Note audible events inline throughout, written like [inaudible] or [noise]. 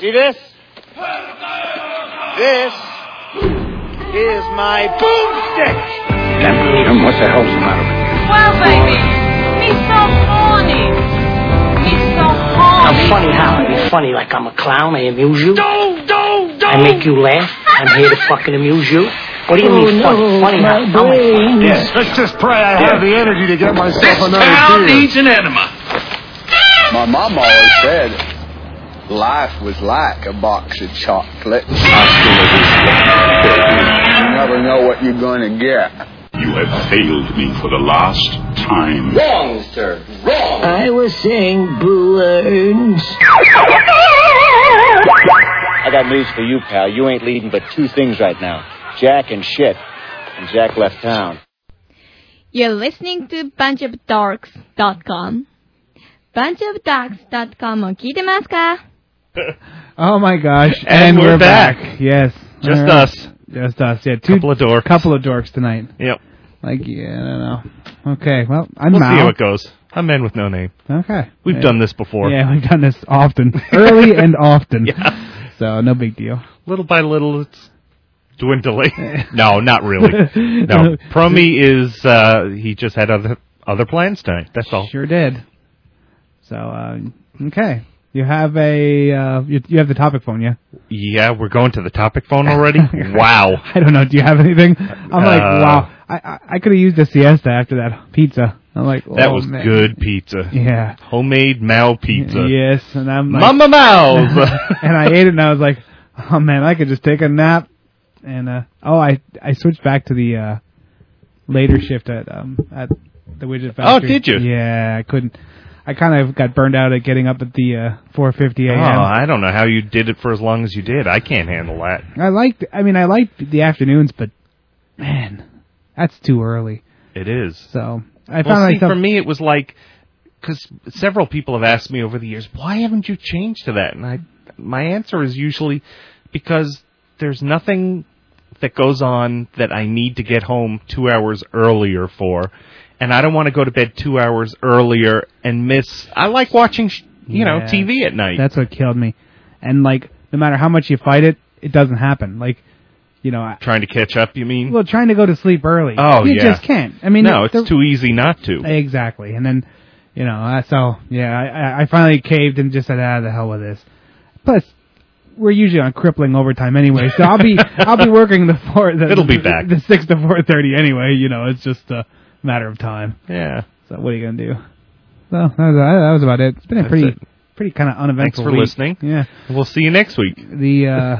See this? This is my boomstick. Captain Jim, what the hell's the matter with you? Well, baby, he's so horny. He's so I'm horny. funny how? I be funny like I'm a clown. I amuse you. Don't, don't, don't. I make you laugh. I'm here to fucking amuse you. What do you mean funny? Funny how? I'm funny. Yes. Let's just pray I have the energy to get myself another Town beer. needs an enema. My mom always said life was like a box of chocolates. You never know what you're going to get. You have failed me for the last time. Wrong, sir. Wrong. I was saying balloons. I got news for you, pal. You ain't leading but two things right now Jack and shit. And Jack left town. You're listening to bunchofdarks.com. bunchofdarks.com を聞いてますか Oh my gosh! And we're back. Yes. Just All right. us. Just us. Yeah. Two Couple of dorks. couple of dorks tonight. Yep. Like yeah, I don't know. Okay. Well, I'm We'll see how Mao. it goes. I'm man with no name. Okay. We've Yeah. done this before. Yeah, we've done this often, [laughs] early and often. Yeah. So no big deal. Little by little, it's [laughs] dwindling. no, not really. No. No. Promi is, uh, he just had other other plans tonight. That's all. Sure did. So uh, okay, you have a uh, you, you have the topic phone, yeah? [laughs] Yeah, we're going to the topic phone already? wow. I don't know. Do you have anything? I'm like, Uh, wow. I I, I could have used a siesta after that pizza. I'm like, That oh, was man. good pizza. Yeah. Homemade Mao pizza. Yes, and I'm like, Mama Mao's. [laughs] and I ate it, and I was like, oh man, I could just take a nap. And uh, oh, I I switched back to the uh, later shift at um at the widget Oh, factory. did you? Yeah, I couldn't. I kind of got burned out at getting up at the uh, [laughs] 4:50 Oh, a.m. I don't know how you did it for as long as you did. I can't handle that. I liked. I mean, I liked the afternoons, but man, that's too early. It is. So I well, found see, myself. for me, it was like because several people have asked me over the years, why haven't you changed to that? And I, my answer is usually because there's nothing that goes on that I need to get home two hours earlier for, and I don't want to go to bed two hours earlier and miss. I like watching, sh- you know, Yeah. TV at night. that's what killed me. And like, no matter how much you fight it, it doesn't happen. Like, you know, I, Trying to catch up, you mean? well, trying to go to sleep early. Oh, you yeah. just can't. I mean, no, the- it's the- too easy not to. exactly. And then, you know, uh, so yeah, I- I, I finally caved and just said, ah, the hell with this. Plus. We're usually on crippling overtime anyway, so [laughs] I'll be I'll be working the four. The, It'll be back. the six to four thirty anyway. You know, it's just a matter of time. Yeah. So what are you gonna do? So that was, that was about it. It's been a That's pretty it. pretty kind of Thanks uneventful. for week. listening. Yeah. We'll see you next week. The uh,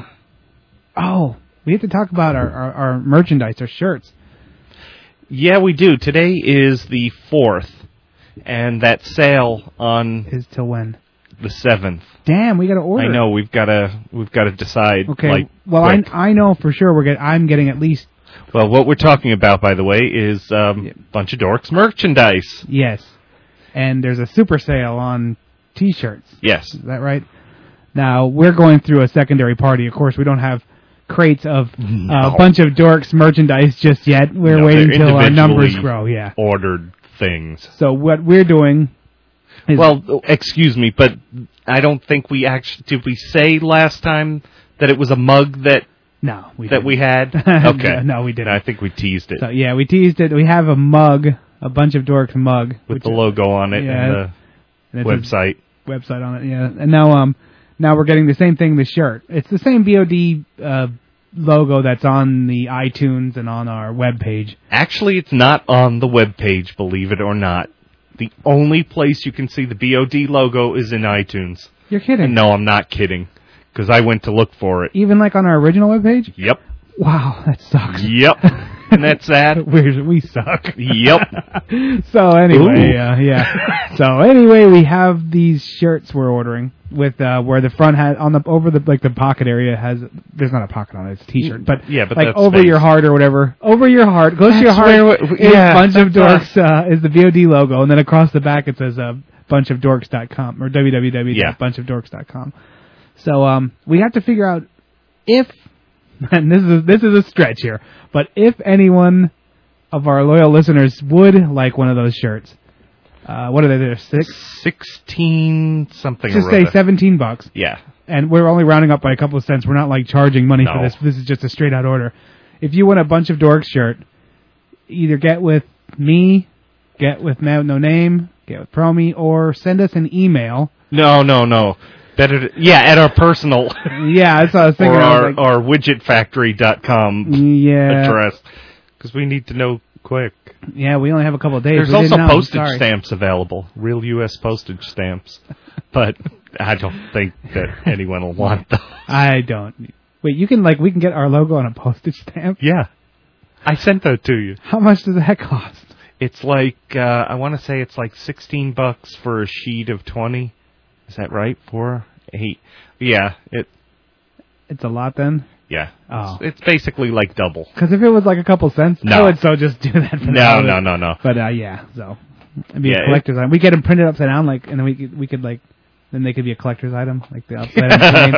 [laughs] oh, we have to talk about our, our, our merchandise, our shirts. Yeah, we do. Today is the fourth, and that sale on Is till when? the seventh. Damn, we got to order. I know we've got to we've got to decide. Okay. Like, well, I, quick. I know for sure we're get, I'm getting at least well, what we're talking about, by the way, is um, Yeah. bunch of dorks merchandise. yes, and there's a super sale on t-shirts. Yes. Is that right? Now we're going through a secondary party. Of course, we don't have crates of [laughs] a No. bunch of dorks merchandise just yet. We're No, waiting they're till our numbers individually grow. Yeah. Ordered things. So what we're doing is Well, excuse me, but I don't think we actually did. We say last time that it was a mug that no, we that didn't. we had. [laughs] [laughs] Okay. No, no, we didn't. I think we teased it So yeah, we teased it. We have a mug, a bunch of dorks mug with which- the logo on it Yeah, and and it's the a website. website on it. Yeah, and now um now we're getting the same thing. The shirt. It's the same BOD uh, logo that's on the iTunes and on our webpage. Actually, it's not on the web page, believe it or not. The only place you can see the BOD logo is in iTunes. You're kidding? And no, I'm not kidding, because I went to look for it. Even like on our original webpage. Yep. Wow, that sucks. Yep. and that's that. We're, [laughs] we suck. Yep. so anyway, Ooh. [laughs] uh, yeah. so anyway, we have these shirts we're ordering with uh, where the front has on the over the like the pocket area has there's not a pocket on it, it's a t-shirt, but Mm. Yeah, but like that's over space. your heart or whatever, over your heart, close to your That's heart. where we- is yeah, bunch of that's dorks uh, is the VOD logo, and then across the back it says uh, bunch of dorks.com or Yeah. www.bunchofdorks.com. So um, we have to figure out if [laughs] and this is this is a stretch here, but if anyone of our loyal listeners would like one of those shirts, uh, what are they? There six. 16 something Just or say other. seventeen bucks. Yeah. and we're only rounding up by a couple of cents. We're not like charging money for No. this. This is just a straight out order. If you want a bunch of dorks shirt, either get with me, get with Matt with No Name, get with Promi, or send us an email. No, no, no. Better, to, yeah, at our [laughs] personal Yeah, that's what I was thinking. or I was our, like, our widgetfactory.com yeah, address because we need to know quick. yeah. We only have a couple of days. There's We didn't also know. I'm postage sorry. stamps available, real U.S. postage stamps, but I don't think that anyone will want those. I don't. Wait, you can like we can get our logo on a postage stamp. [laughs] Yeah, I sent those to you. How much does that cost? It's like uh, I want to say it's like sixteen bucks for a sheet of twenty. Is that right? Four, eight. Yeah, it. It's a lot then. Yeah, Oh. it's, it's basically like double. Because if it was like a couple cents, No. I would so just do that. For the No, hell of it. no, no, no. But uh, yeah, so it'd be Yeah, a it- collector's item. We get them printed upside down, like, and then we could, we could like, then they could be a collector's item, like the upside [laughs] down plane.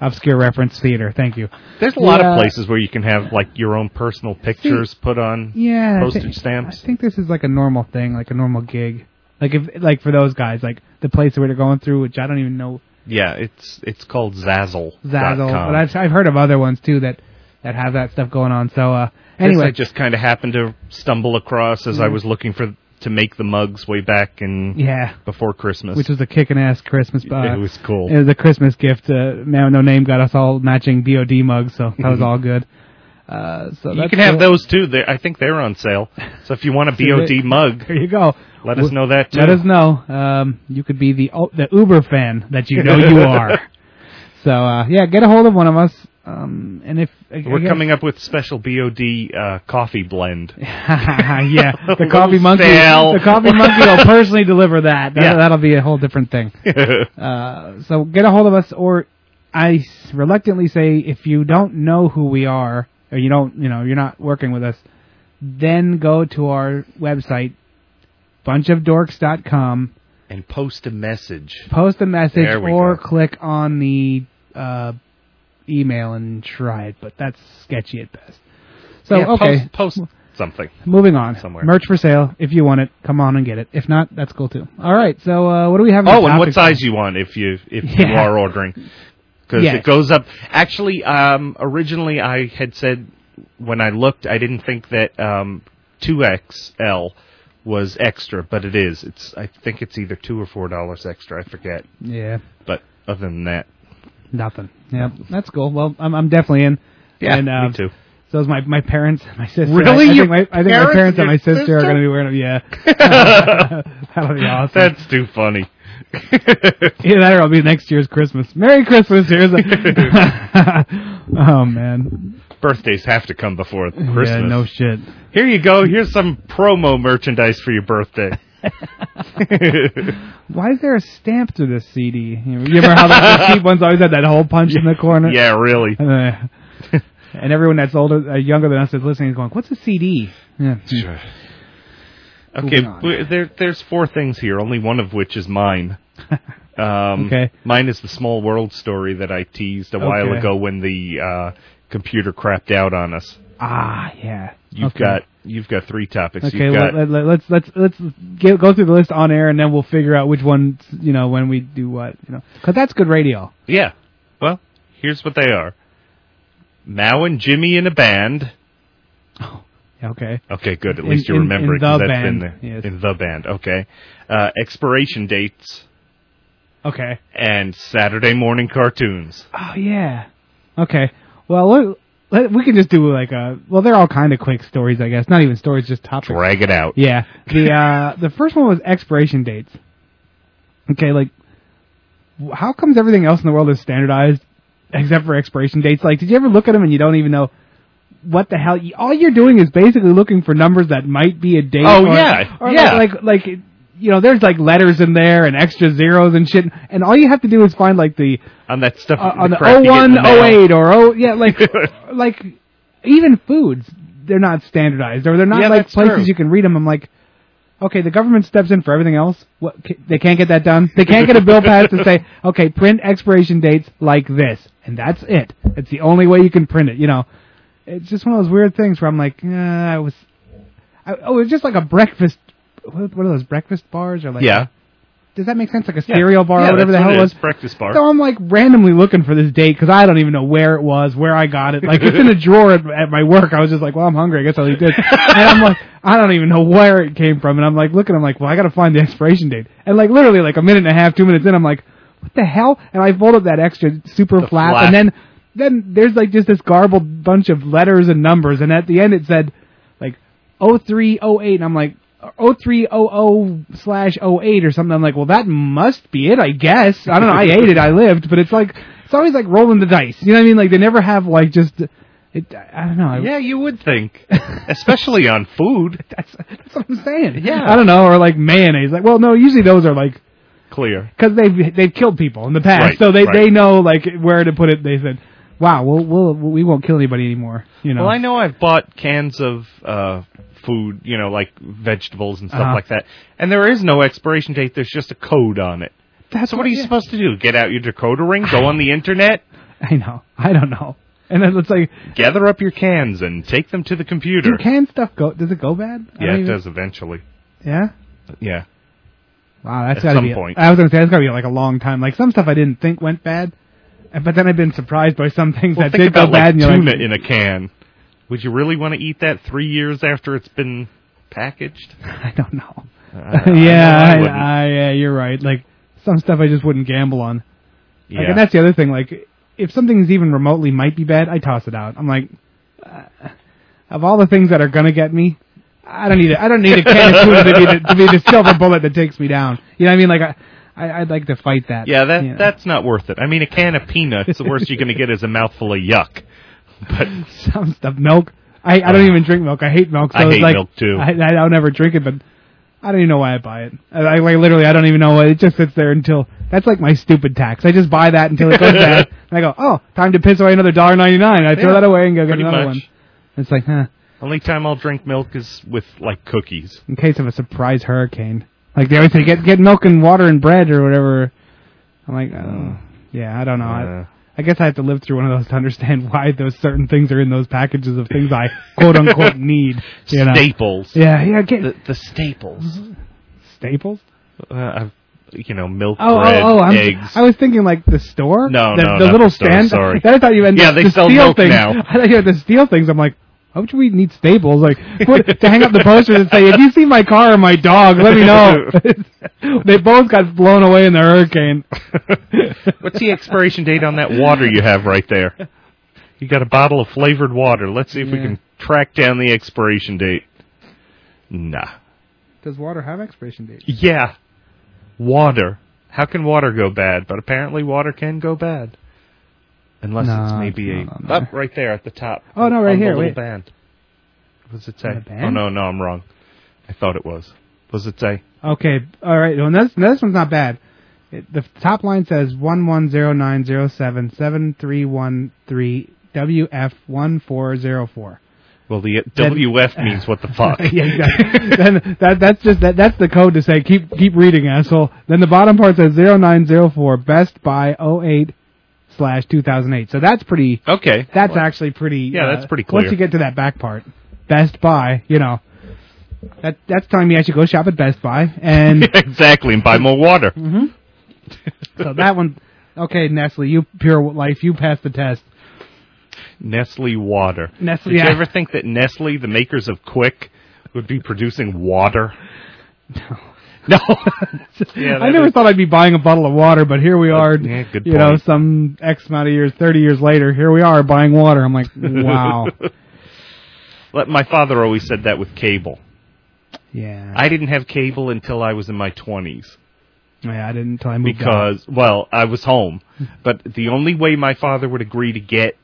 obscure reference theater. Thank you. There's a lot Yeah. of places where you can have like your own personal pictures put on Yeah, I postage think- stamps. I think this is like a normal thing, like a normal gig. Like if like for those guys, like the place where they're going through, which I don't even know yeah, it's it's called Zazzle. Zazzle, but I've I've heard of other ones too that that have that stuff going on. So uh, This anyway, I just kind of happened to stumble across as I was looking for to make the mugs way back in yeah, before Christmas. which was a kicking ass Christmas. Uh, it was cool. It was a Christmas gift. Uh, Man, no name got us all matching BOD mugs, so that was all [laughs] good. Uh, so you that's can have cool. those too. They're, I think they're on sale. So if you want a [laughs] See, they- BOD mug, There you go. let us know that too. Let us know. Um, you could be the o- the Uber fan that you [laughs] know you are. So uh, yeah, get a hold of one of us. Um, and if I- I We're guess- coming up with special BOD uh, coffee blend. [laughs] [laughs] yeah, the Little coffee monkey, stale. the coffee monkey [laughs] will personally deliver that. that Yeah. That'll be a whole different thing. Uh, so get a hold of us, or I s- reluctantly say, if you don't know who we are, or you don't, you know, you're not working with us, then go to our website, bunchofdorks.com, and post a message. post a message, There we or go. click on the uh, email and try it. But that's sketchy at best. So Yeah, okay, post, post something. moving on. somewhere. Merch for sale. If you want it, come on and get it. If not, that's cool too. All right. So uh, what do we have? in Oh, the and what topics? size you want if you if you Yeah. are ordering? Because Yeah. it goes up. Actually, um, originally I had said when I looked, I didn't think that um, two XL was extra, but it is. It's I think it's either two or four dollars extra. I forget. Yeah. But other than that, Nothing. Yeah, that's cool. Well, I'm, I'm definitely in. yeah, and, um, me too. So is my my parents, my sister. Really? I, I Your think my, I think my parents parents and and my your sister, sister? are going to be wearing them. [laughs] Yeah, [laughs] that'll be awesome. That's too [laughs] funny. Either that or it'll be next year's Christmas. Merry Christmas! Here's a. [laughs] oh man. Birthdays have to come before Christmas. Yeah, no shit. Here you go. Here's some promo merchandise for your birthday. [laughs] Why is there a stamp through this CD? You remember how [laughs] the cheap ones always had that hole punch in the [laughs] corner? yeah, really. Uh, [laughs] and everyone that's older, uh, younger than us, that's listening is going, "What's a CD?" Yeah. Okay, Moving on. w- there, there's four things here, only one of which is mine. [laughs] Um, Okay. Mine is the small world story that I teased a while Okay. ago when the uh, computer crapped out on us. Ah, yeah. You've Okay. got you've got three topics. Okay, you've got let, let, let's let's let's get, go through the list on air, and then we'll figure out which one you know when we do what you know because that's good radio. yeah. Well, here's what they are: Mao and Jimmy in a band. Okay, Okay, good. At In- least you in- remember in it 'cause the that's been band, there. yes. In the band, okay. Uh, expiration dates okay. and Saturday morning cartoons. Oh yeah. Okay. Well, let, let, we can just do like a well. They're all kind of quick stories, I guess. Not even stories, just topics. Drag it out. Yeah. [laughs] The uh the first one was expiration dates. Okay, like w- how comes everything else in the world is standardized except for expiration dates? Like did you ever look at them and you don't even know what the hell you, all you're doing is basically looking for numbers that might be a date Oh, or, yeah, or yeah. like like, like you know, there's like letters in there and extra zeros and shit, and all you have to do is find like the on that stuff. uh, on the crap you get in 01, the mail. 08, or oh [laughs] yeah, like like even foods they're not standardized or they're not Yeah, like that's places true. you can read them. I'm like, okay, the government steps in for everything else. What ca- they can't get that done. They can't get [laughs] a bill passed to say, okay, print expiration dates like this, and that's it. It's the only way you can print it. You know, it's just one of those weird things where I'm like, uh, I was, I, oh, it was just like a breakfast. What what are those breakfast bars or like? Yeah. does that make sense? Like a Yeah. cereal bar Yeah, or whatever the that's hell what it was. Breakfast bar. So I'm like randomly looking for this date because I don't even know where it was, where I got it. Like it's in a drawer at, at my work. I was just like, well, I'm hungry. I guess I'll eat this. and I'm like, I don't even know where it came from. And I'm like looking. I'm like, well, I got to find the expiration date. And like literally like a minute and a half, two minutes in, I'm like, what the hell? And I fold up that extra super flap, flap. and then then there's like just this garbled bunch of letters and numbers. And at the end, it said like 0308 and I'm like 0300 slash 08 or something. I'm like, well, that must be it, I guess. I don't know. I ate it. I lived, but it's like it's always like rolling the dice. You know what I mean? Like they never have like just it. I don't know. I- Yeah, you would think, especially on food. That's, that's what I'm saying. Yeah. I don't know, or like mayonnaise. Like, well, no, usually those are like Clear. because they've they've killed people in the past, Right, so they right. they know like where to put it. They said, wow, we'll, we'll we won't kill anybody anymore. You know. Well, I know I've bought cans of uh, food, you know, like vegetables and stuff Uh-huh. like that, and there is no expiration date. There's just a code on it. That's so what are what- you yeah. supposed to do? Get out your decoder ring, go on the internet, I know. I don't know. And then it's like, gather up your cans, and take them to the computer. do can stuff go? Does it go bad? I yeah, don't it even- does eventually. Yeah. Yeah. Wow, that's At gotta some be. point. I was gonna say that's gotta be like a long time. Like some stuff I didn't think went bad, and- but then I've been surprised by some things Well, that think did go about bad. like and you're tuna like, in a can. Would you really want to eat that three years after it's been packaged? [laughs] I don't know. [laughs] I- I know I yeah, wouldn't. yeah, you're right. Like some stuff I just wouldn't gamble on. Yeah. Like, and that's the other thing. Like if something's even remotely might be bad, I toss it out. I'm like, uh, of all the things that are gonna get me. I don't need a, I don't need a can of tuna to be the, to be the silver bullet that takes me down. You know what I mean? Like I, I I'd like to fight that. Yeah, that you know? that's not worth it. I mean, a can of peanuts, the worst you're going to get is a mouthful of yuck. But some stuff. Milk. I, I don't even drink milk. I hate milk. So Uh, I it's hate like, milk, too. I, I, I'll never drink it, but I don't even know why I buy it. I, I like literally, I don't even know why. It just sits there until that's like my stupid tax. I just buy that until [laughs] it goes bad, and I go, oh, time to piss away another dollar ninety nine. I throw Yeah, that away and go get pretty another much. one. It's like, huh, Only time I'll drink milk is with like cookies. in case of a surprise hurricane. Like they always say, get get milk and water and bread or whatever. I'm like, oh, yeah, I don't know. I, Uh. I guess I have to live through one of those to understand [laughs] why those certain things are in those packages of things I [laughs] quote unquote need. You know? Staples. Yeah, yeah, get The, the staples. staples. Uh, I've- you know, milk, Oh, bread, oh, oh! I'm, eggs. [laughs] I was thinking like the store. No, the, no, the not little the store, stand. sorry. Then I thought you meant Yeah, the, they the sell steel milk things. now. [laughs] I thought you meant the steel things. I'm like, how would we need staples? Like [laughs] what, to hang up the posters and say, if you see my car or my dog, let me know. [laughs] they both got blown away in the hurricane. What's the expiration date on that water you have right there? You got a bottle of flavored water. Let's see if we Yeah. can track down the expiration date. Nah. Does water have expiration dates? Yeah. Water. How can water go bad? But apparently water can go bad. Unless No, it's maybe no, a no, no. up right there at the top. Oh, no, right on here, The little wait. band. What does it say? On the band? Oh no, no, I'm wrong. I thought it was. What does it say? Okay, all right. Well, this this one's not bad. It, the top line says one one zero nine zero seven seven three one three WF one four zero four. Well, the Then- WF [laughs] means what the fuck. yeah, exactly. then that that's just that that's the code to say keep keep reading, asshole. Then the bottom part says zero nine zero four Best Buy 08 slash two thousand eight. So that's pretty. okay. That's Well, actually pretty. uh, Yeah, that's pretty Once clear. you get to that back part, Best Buy, you know, that that's telling me I should go shop at Best Buy [laughs] and. [laughs] exactly, [laughs] and buy more water. Mm-hmm. So that one, okay, Nestle, you pure life, you passed the test. Nestle water. Nestle, Did yeah. you ever think that Nestle, the makers of Quick, would be producing water? [laughs] No. No. Yeah, I that never is- thought I'd be buying a bottle of water, but here we are. yeah, good you know, point. some X amount of years, thirty years later, here we are buying water. [laughs] I'm like, wow, Let- My father always said that with cable. yeah. I didn't have cable until I was in my 20s yeah, I didn't until I moved out. because, well, I was home. But the only way my father would agree to get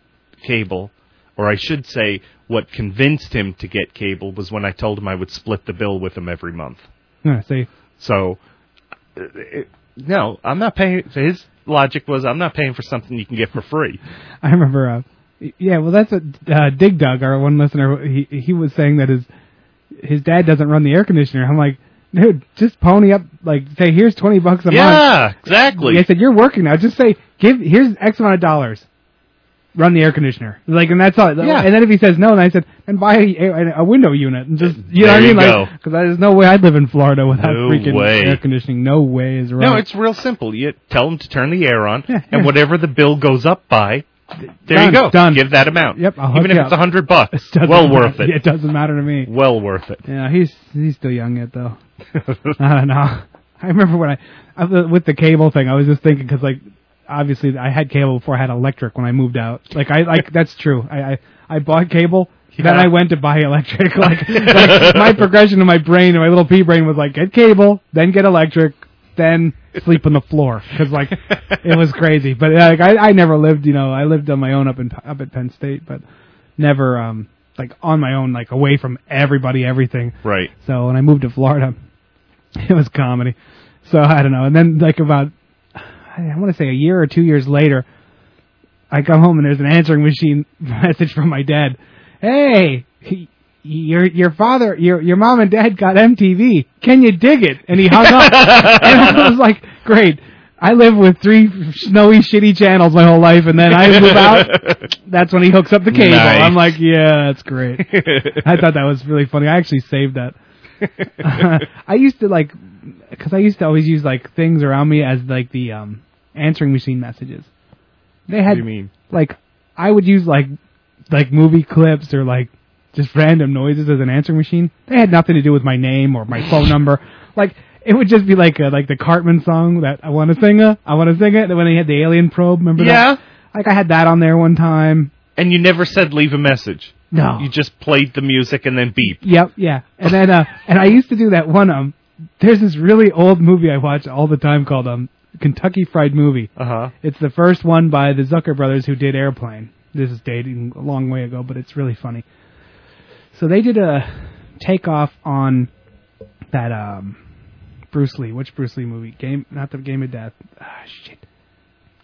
cable, or I should say, what convinced him to get cable, was when I told him I would split the bill with him every month. Yeah, [laughs] see, So, uh, it, no, I'm not paying. His logic was, I'm not paying for something you can get for free. I remember. Uh, yeah, well, that's what uh, Dig Dug, our one listener, he he was saying that his his dad doesn't run the air conditioner. I'm like, dude, just pony up. Like, say, here's twenty bucks a month. yeah, exactly. I said, "You're working now. Just say, give here's X amount of dollars. run the air conditioner. Like, and that's all. Yeah. And then if he says no, and I said, and buy a, a window unit, and just you know There what I mean, you like, go. because there's no way I'd live in Florida without No freaking way. air conditioning. No way is right. No, it's real simple. You tell them to turn the air on, Yeah, and yeah. whatever the bill goes up by, th- there Done, you go. done. [laughs] Give that amount. Yep, I'll Even hook if you it's up. a hundred bucks, Doesn't well matter. worth it. [laughs] It doesn't matter to me. Well worth it. Yeah, he's he's still young yet though. [laughs] I don't know. I remember when I, I with the cable thing, I was just thinking because like obviously I had cable before I had electric when I moved out. Like I like that's true. I I, I bought cable. Then Yeah. I went to buy electric. [laughs] [laughs] Like, like my progression in my brain, in my little pea brain was like get cable, then get electric, then sleep on the floor. Because like it was crazy. But like I, I never lived, you know, I lived on my own up in up at Penn State, but never um like on my own, like away from everybody, everything. [laughs] Right. So when I moved to Florida, [laughs] it was comedy. So I don't know. And then like about I want to say a year or two years later, I come home and there's an answering machine [laughs] message from my dad. Hey, he- your your father, your your mom and dad got MTV. Can you dig it? And he hung up. [laughs] and I was like, great. I live with three snowy, shitty channels my whole life, and then I move out. That's when he hooks up the cable. Nice. I'm like, yeah, that's great. I thought that was really funny. I actually saved that. [laughs] I used to like, because I used to always use like things around me as like the um answering machine messages. They had do you mean? like I would use like like movie clips or like just random noises as an answering machine. They had nothing to do with my name or my [laughs] phone number. Like it would just be like uh, like the Cartman song that I want to sing it, I want to sing it. When they had the alien probe, remember Yeah. that? Like I had that on there one time. And you never said leave a message. No. You just played the music and then beep. Yep, yeah. And then uh and I used to do that one um there's this really old movie I watch all the time called um Kentucky Fried Movie. Uh huh. It's the first one by the Zucker brothers who did Airplane. This is dating a long way ago, but it's really funny. So they did a takeoff on that um Bruce Lee. Which Bruce Lee movie? Game, not the Game of Death. Ah, shit.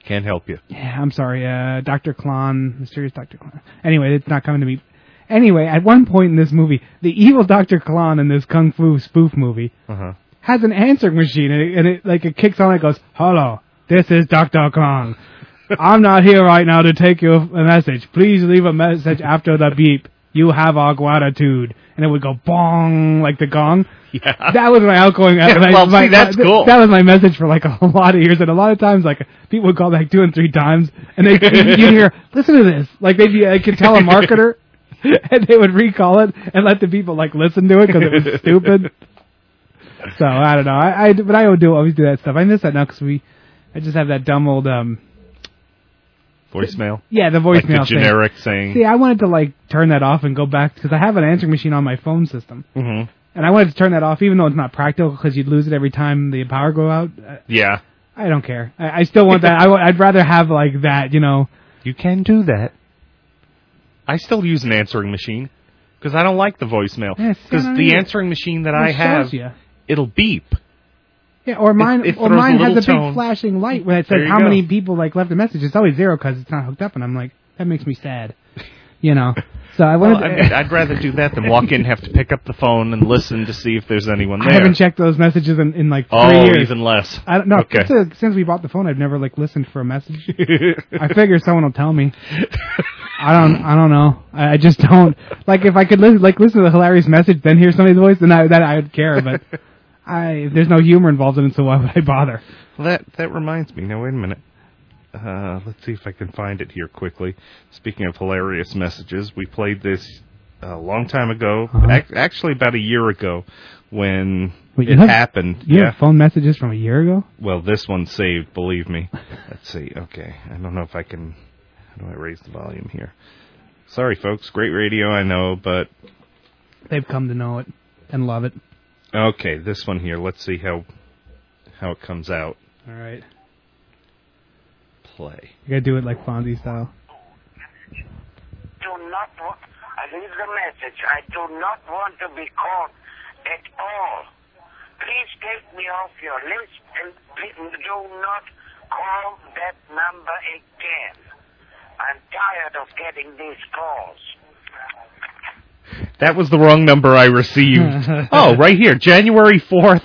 Can't help you. Yeah, I'm sorry. Uh, Doctor Klon, mysterious Doctor Klon. Anyway, it's not coming to me. Anyway, at one point in this movie, the evil Doctor Klon in this kung fu spoof movie Uh-huh. has an answering machine, and it, and it like it kicks on. It goes, "Hello, this is Doctor Klon. I'm not here right now to take your a message. Please leave a message after the beep. You have our gratitude." And it would go bong like the gong. Yeah. That was [laughs] my outgoing. Yeah, my- well, see, my- that's th- cool. That was my message for like a [laughs] lot of years, and a lot of times, like people would call back two and three times, and they you hear, "Listen to this!" Like they'd be, I could tell [laughs] a marketer, [laughs] and they would recall it and let the people like listen to it because [laughs] it was stupid. So I don't know. I, I but I would do always do that stuff. I miss that now because we, I just have that dumb old um Voicemail. yeah the Like voicemail the thing. generic saying. See, I wanted to like turn that off and go back because I have an answering machine on my phone system. hmm And I wanted to turn that off, even though it's not practical, because you'd lose it every time the power go out. I- Yeah. I don't care. I, I still want that. I, w- I'd rather have like that, you know. You can do that. I still use an answering machine because I don't like the voicemail. Yeah, see, I Because don't the either. answering machine that It I shows have, you. it'll beep. Yeah, or mine, it or throws a mine has little a tone. big flashing light where it There says you how go. many people like left a message. It's always zero because it's not hooked up, and I'm like, that makes me sad, you know. So I Well, wanted. I to- mean, I'd rather do that than walk in, and have to pick up the phone, and listen to see if there's anyone [laughs] [laughs] I there. haven't checked those messages in, in like three oh, years. even less. I don't know. Okay. Since, since we bought the phone, I've never like listened for a message. [laughs] I figure someone will tell me. I don't. I don't know. I, I just don't. Like if I could li- like listen to the hilarious message, then hear somebody's voice, then I, that I would care. But I there's no humor involved in it, so why would I bother? Well, that that reminds me. Now wait a minute. Uh, let's see if I can find it here quickly. Speaking of hilarious messages, we played this a long time ago, ac- actually about a year ago, when Uh-huh. Wait, you it have- happened. You yeah. have phone messages from a year ago. Well, this one's saved. Believe me. Let's see. Okay. I don't know if I can. How do I raise the volume here? Sorry, folks. Great radio, I know, but They've come to know it and love it. okay. This one here. Let's see how how it comes out. All right, Play. you gotta do it like Fonzie style. do not want, I leave the message, I do not want to be called at all. Please take me off your list and please do not call that number again. I'm tired of getting these calls. That was the wrong number I received. [laughs] oh, right here, January fourth,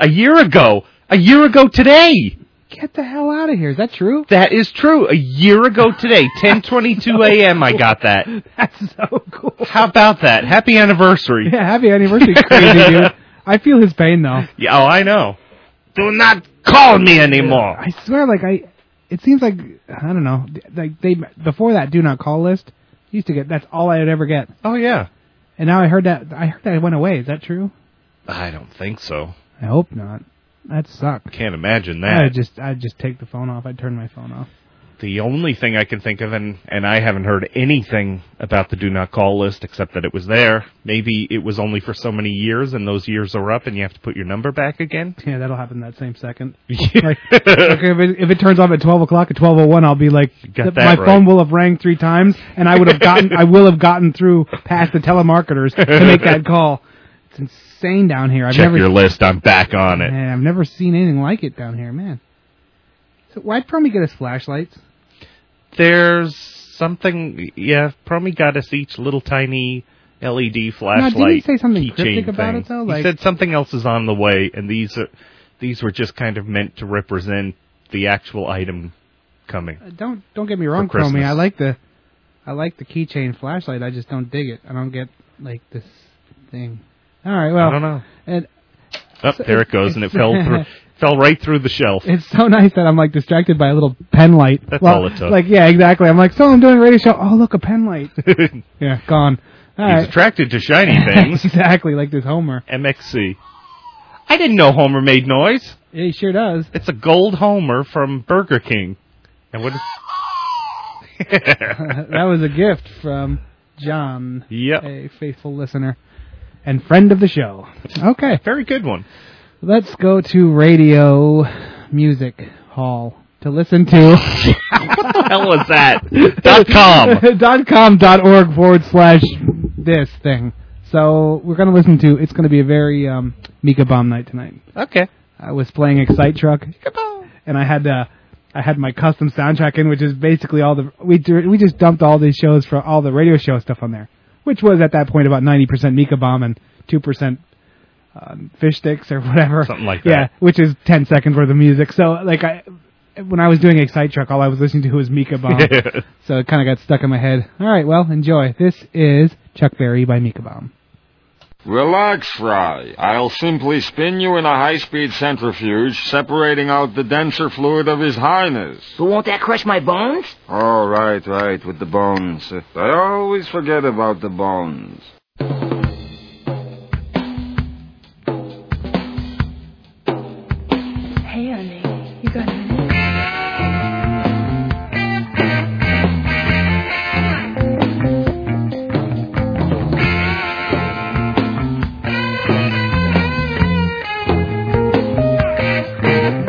a year ago. A year ago today. Get the hell out of here. Is that true? That is true. A year ago today, [laughs] 10:22 a.m. I got that. [laughs] That's so cool. How about that? Happy [laughs] anniversary. [laughs] Yeah, happy anniversary, crazy dude. I feel his pain [laughs] though. Yeah, oh, I know. Do not call me anymore. I swear, like I, it seems like I don't know, like they before that do not call list used to get. That's all I would ever get. Oh yeah. And now I heard that I heard that it went away. Is that true? I don't think so. I hope not. That sucks. Can't imagine that. I just I just take the phone off. I turn my phone off. [laughs] The only thing I can think of, and and I haven't heard anything about the do not call list except that it was there. Maybe it was only for so many years, and those years are up, and you have to put your number back [laughs] again. Yeah, that'll happen that same second. like, like if, it, if it turns off at twelve o'clock at twelve o one, I'll be like, got my that right. phone will have rang three times, and I would have gotten I will have gotten through past the telemarketers to make that call. It's insane down here. [laughs] I've Check never your list. I'm back on it. Man, I've never seen anything like it down here, man. So well, I'd probably get us flashlights. There's something. Yeah, Promi got us each little tiny LED flashlight. didn't he say something keychain cryptic about thing. it, though? he Like- said something else is on the way, and these are these were just kind of meant to represent the actual item coming. Uh, Don't don't get me wrong, For Christmas. Chromie. I like the I like the keychain flashlight. I just don't dig it. I don't get like this thing. All right, well, I don't know. And Oh, So there it it's- goes, and it it's- [laughs] fell through, fell right through the shelf. it's so nice that I'm like distracted by a little pen light. That's Well, all it took. Like yeah, exactly. I'm like, so I'm doing a radio show. Oh look, a pen [laughs] light. He's yeah, gone. All right. attracted to shiny [laughs] things. exactly like this Homer. MXC. I didn't know Homer made noise. Yeah, he sure does. It's a gold Homer from Burger King. And what is? that was a gift from John, Yep. a faithful listener and friend of the show. Okay. [laughs] Very good one. Let's go to Radio Music Hall to listen to [laughs] What the hell was that? Dot com. dot com dot org forward slash this thing. So we're gonna listen to. It's gonna be a very um, Mika Bomb night tonight. Okay. I was playing Excite Truck, and I had uh, I had my custom soundtrack in, which is basically all the we do, we just dumped all these shows for all the radio show stuff on there, which was at that point about ninety percent Mika Bomb and two percent um, fish sticks or whatever, Something like Yeah, that. which is ten seconds worth of music. So like I. When I was doing Excite Truck, all I was listening to was [laughs] Mika Bomb. so it kind of got stuck in my head. All right, well, enjoy. This is Chuck Berry by Mika [laughs] Bomb. Relax, Fry. I'll simply spin you in a high-speed centrifuge, separating out the denser fluid of His Highness. But won't that crush my bones? Oh, right, right, with the bones. I always forget about the bones. Hey, honey, you got a minute?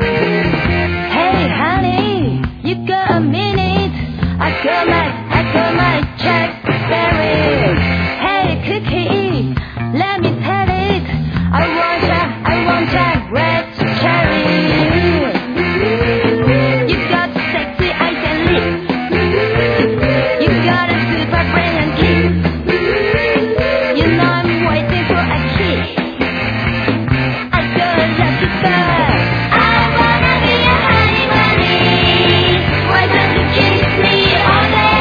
Hey, honey, you got a minute? I got my, I got my Jack Berry. Hey, cookie, let me pet it. I want a, I want a red cherry. You got sexy eyes and lips. You got a super brilliant kiss. You know I'm waiting for a kiss. I got a lucky star. I wanna be a honey bunny. Why don't you kiss me all day?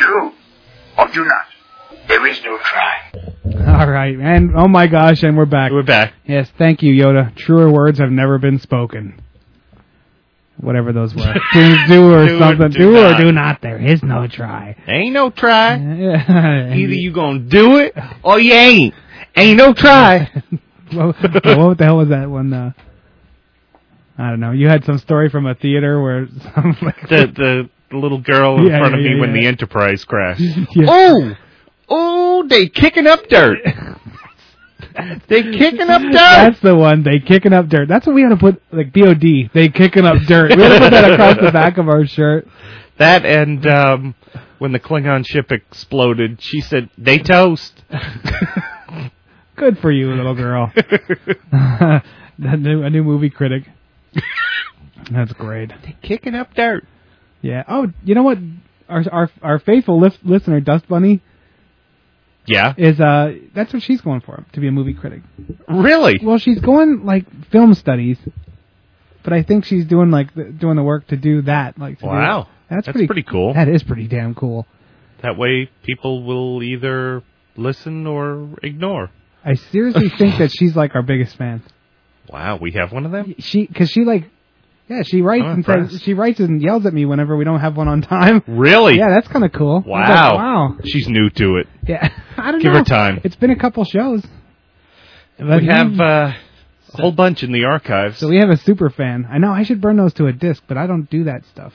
do not. There is no try. All right, and oh my gosh, and we're back. We're back. Yes, thank you, Yoda. Truer words have never been spoken. Whatever [laughs] those were, do, do or Do or something, do do, not. or do not. There is no [laughs] try. Ain't no try. [laughs] Either you gonna do it or you ain't. Ain't no try. [laughs] what, what the hell was that one? Uh, I don't know. You had some story from a theater where some [laughs] the the little girl in Yeah, front yeah, of me yeah, when yeah. the Enterprise crashed. Yeah. Oh, [laughs] oh, they kicking up [laughs] dirt. they kicking up dirt. That's the one. They kicking up dirt. That's what we had to put like BOD. They kicking up dirt. We had to put that across the back of our shirt. That and um, when the Klingon ship exploded, she said they toast. Good for you, little girl. [laughs] a, new, a new movie critic. That's great. They kicking up dirt. Yeah. Oh, you know what? Our our our faithful lif- listener, Dust Bunny, Yeah, is uh that's what she's going for to be a movie critic. really. Well, she's going like film studies, but I think she's doing like the, doing the work to do that. Like to do- Wow. that's, That's pretty pretty cool. That is pretty damn cool. That way, people will either listen or ignore. I [laughs] seriously think that she's like our biggest fan. Wow, we have one of them. She because she like yeah she writes I'm and says impressed. she writes and yells at me whenever we don't have one on time. Really? Yeah, that's kind of cool. I was like, Wow. wow. She's new to it. Yeah. [laughs] I don't Give know. her time. It's been a couple shows. we have uh, a whole bunch in the archives. So we have a super fan. I know I should burn those to a disc, but I don't do that stuff.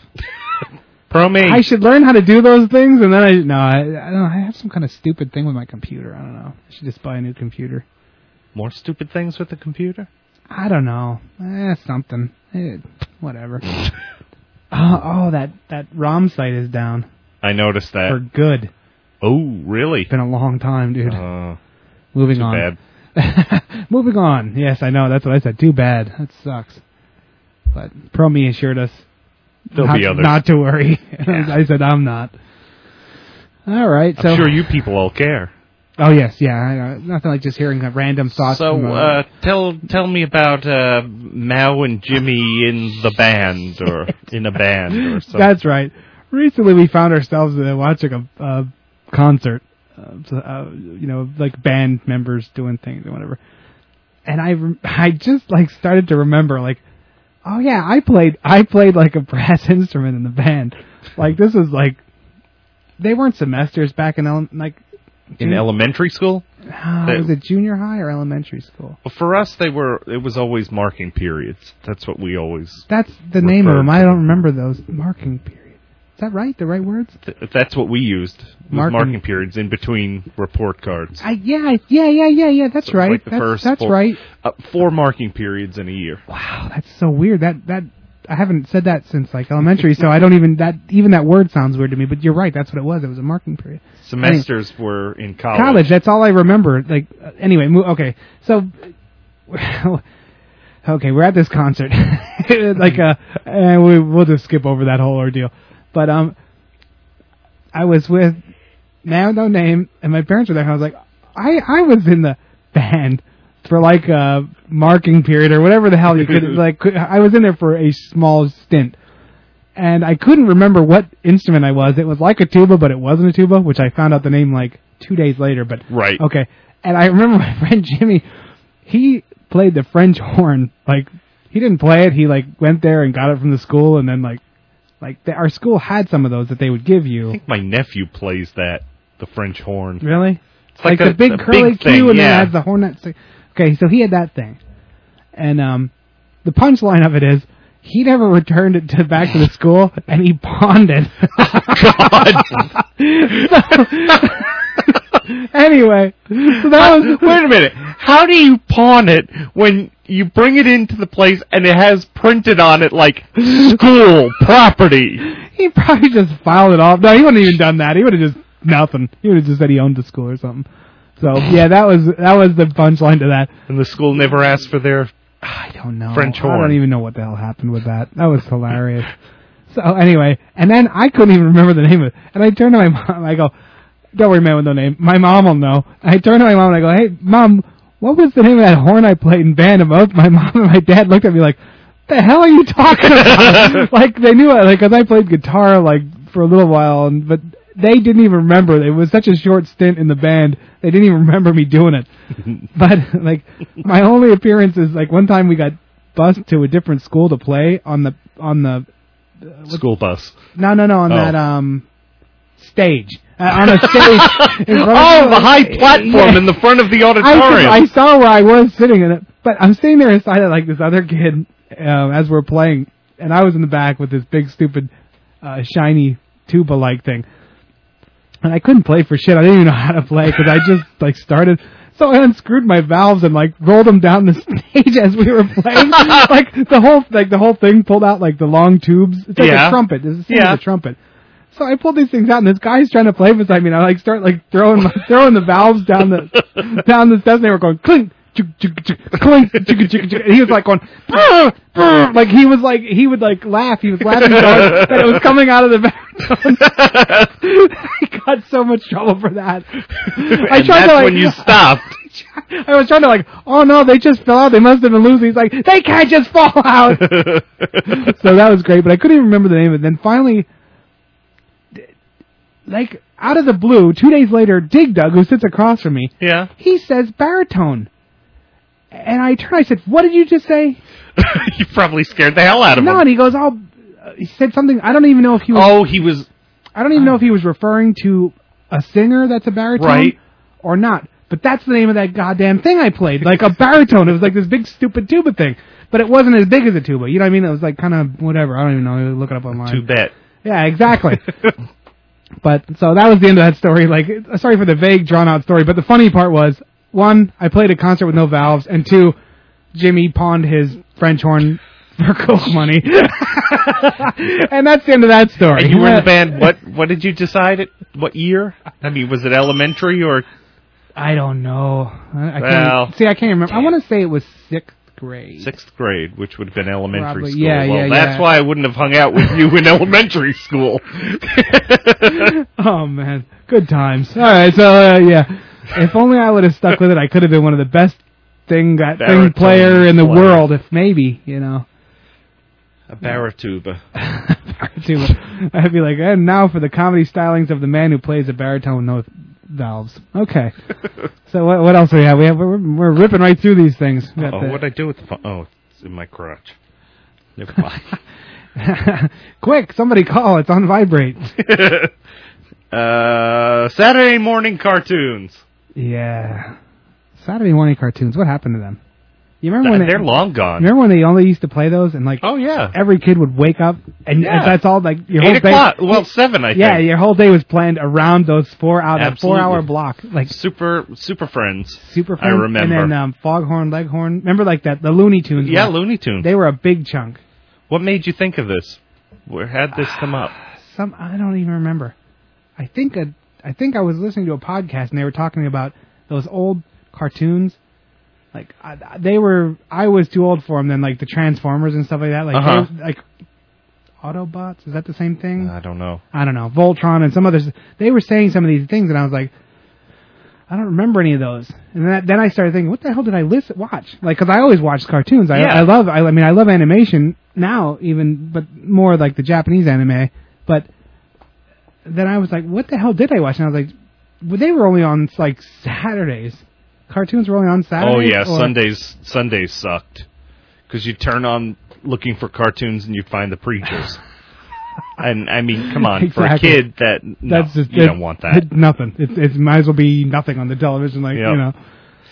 Pro me. I should learn how to do those things, and then I no, I, I don't. know. I have some kind of stupid thing with my computer. I don't know. I should just buy a new computer. More stupid things with the computer. I don't know. Eh, something. Eh, [laughs] whatever. oh, oh, that that ROM site is down I noticed that. for good. oh, really? Been a long time, dude. Uh, Moving too on. bad. Moving on. Yes, I know. That's what I said. Too bad. That sucks. But Promi assured us There'll not, be others. not [laughs] to worry. [laughs] I said I'm not. All right. So I'm sure you people all care. Oh yes, yeah. I know. Nothing like just hearing a random thought. So from, uh, uh, tell tell me about uh, Mao and Jimmy in the band [laughs] or in a band or something. That's right. Recently, we found ourselves uh, watching a, a concert, uh, so, uh, you know, like band members doing things and whatever. And I, rem- [laughs] I just like started to remember, like, oh yeah, I played, I played like a [laughs] brass instrument in the band. Like this was like, they weren't semesters back in ele- like in elementary school. ah, They- was it junior high or elementary school? Well, for us, they were. It was always marking periods. That's what we always. That's the name of Referred them. I don't remember those marking period. Is that right? The right words? th- that's what we used. was Marking- Marking, periods in between report cards. I, yeah, I- yeah, yeah, yeah, yeah. That's So it was right. Like the that's first that's four, right. Uh, four marking periods in a year. Wow, that's so weird. That that I haven't said that since like elementary, so I don't even that even that word sounds weird to me. But you're right. That's what it was. It was a marking period. Semesters were in college. College. That's all I remember. Like uh, anyway. Mo- okay. So. [laughs] Okay, we're at this concert. [laughs] like, uh, and we we'll just skip over that whole ordeal. But um, I was with now no name, and my parents were there. And I was like, I I was in the band for like a marking period or whatever the hell you could like. could- I was in there for a small stint, and I couldn't remember what instrument I was. It was like a tuba, but it wasn't a tuba, which I found out the name like two days later. But Right. okay, and I remember [laughs] my friend Jimmy. He played the French horn. Like he didn't play it. He like went there and got it from the school, and then like. Like the, our school had some of those that they would give you. I think my nephew plays that, the French horn. [laughs] [laughs] Really? It's like the a- big a curly big Q thing, and yeah. then it has the hornet. stick. Okay, so he had that thing, and um, the punchline of it is he never returned it to [laughs] back to the school, and he pawned [laughs] it. God. [laughs] anyway, so that was [laughs] Wait a minute. How do you pawn it when you bring it into the place and it has printed on it like school property? He probably just filed it off. No, he wouldn't have even done that. He would have just nothing. He would have just said he owned the school or something. So yeah, that was that was the punchline to that. And the school never asked for their. I don't know. French I horn. don't even know what the hell happened with that. That was hilarious. [laughs] so anyway, and then I couldn't even remember the name of it. And I turned to my [laughs] mom. I go, "Don't worry, man, with no name. My mom will know." I turned to my mom and I go, "Hey, mom, what was the name of that horn I played in band?" And both my [laughs] mom and my dad looked at me like, "The hell are you [laughs] talking about?" like they knew I like 'cause I played guitar like for a little while, and but they didn't even remember. It was such a short stint in the band. They didn't even remember me doing it. but [laughs] like my only appearance is like one time we got bused to a different school to play on the on the School bus. no no no on Oh. that um stage uh, on [laughs] a stage. in front of Oh, people. the high platform Yeah. in the front of the [laughs] I, auditorium. I saw where I was sitting in it, but I'm sitting there inside of like this other kid um, as we're playing, and I was in the back with this big stupid uh, shiny tuba like thing, and I couldn't play for shit. I didn't even know how to play because I just [laughs] like started. So I unscrewed my valves and like rolled them down the [laughs] stage as we were [laughs] playing. like the whole like the whole thing pulled out like the long tubes. It's like Yeah. a trumpet. It's Yeah. a trumpet. So I pulled these things out, and this guy's trying to play beside me, and I like start like throwing my, [laughs] throwing the valves down the down the steps. And they were going clink, chuk, chuk, chuk, clink, chuk, chuk, chuk. And he was like going brr, brr. like he was like he would like laugh. He was laughing so hard that it was coming out of the [laughs] baritone. [laughs] I got so much trouble [laughs] for that. I And tried to that's like [laughs] when you stopped. I was trying to like, oh no, they just fell out. They must have been losing. He's like, they can't just fall [laughs] out. so that was great, but I couldn't even remember the name of it. Then finally, d- like out of the blue, two days later, Dig Dug, who sits across from me, yeah. he says baritone, and I turned. I said, what did you just say? [laughs] you probably scared the hell out of no, him. and he goes, oh, uh, he said something. I don't even know if he was. Oh, he was I don't even Ah. know if he was referring to a singer that's a baritone Right. or not. But that's the name of that goddamn thing I played, like a baritone. It was like this big stupid tuba thing, but it wasn't as big as a tuba. You know what I mean? It was like kind of whatever. I don't even know. Look it up online. too bad. Yeah, [laughs] exactly. but so that was the end of that story. Like, uh, sorry for the vague, drawn out story. But the funny part was one, I played a concert with no valves, and two, Jimmy pawned his French horn for [laughs] coke money, and that's the end of that story. And you were in the band. What What did you decide? It what year? I mean, was it elementary or? I don't know. I, I Well, can't, see, I can't remember. I want to say it was sixth grade. sixth grade, which would have been elementary Probably. school. Yeah, well, yeah, that's yeah. why I wouldn't have hung out with you in [laughs] elementary school. oh man, good times. All right, so uh, yeah, if only I would have stuck with it, I could have been one of the best thing that Baritone thing player in the player. world. If maybe you know, [laughs] A barituba. Too, I'd be like, and now for the comedy stylings of the man who plays a baritone with valves. [laughs] Okay, so what, what else do we have? We have we're, we're ripping right through these things. We got Oh, the- what'd I do with the phone? Oh, it's in my crotch. Never mind. [laughs] [laughs] Quick, somebody call! It's on vibrate. uh, Saturday morning cartoons. Yeah. Saturday morning cartoons. What happened to them? You remember when they, They're long gone. Remember when they only used to play those and like? Oh yeah. Every kid would wake up and Yeah. that's all. Like your Eight whole day. o'clock. Well, seven. I yeah, think. your whole day was planned around those four out that Absolutely. four hour block. Like Super Super Friends. super. I Friends, remember. And then um, Foghorn Leghorn. Remember like that the Looney Tunes. yeah, one? Looney Tunes. They were a big chunk. What made you think of this? Where had this come up? Some I don't even remember. I think a, I think I was listening to a podcast and they were talking about those old cartoons. Like I, they were, I was too old for them. Then like the Transformers and stuff like that. Like Uh-huh. they- like Autobots is that the same thing? I don't know. I don't know. Voltron and some others. They were saying some of these things and I was like, I don't remember any of those. And then, then I started thinking, what the hell did I listen watch? Like because I always watch cartoons. I, Yeah. I love. I, I mean, I love animation now even, but more like the Japanese anime. But then I was like, what the hell did I watch? And I was like, well, they were only on like Saturdays. Cartoons were only on Saturdays. oh yeah, or- Sundays Sundays sucked because you turn on looking for cartoons and you find the [laughs] preachers. and I mean, come on, Exactly. for a kid that no, That's just, you it- don't want that. it- [laughs] nothing. It, it might as well be nothing on the television, like Yep. you know.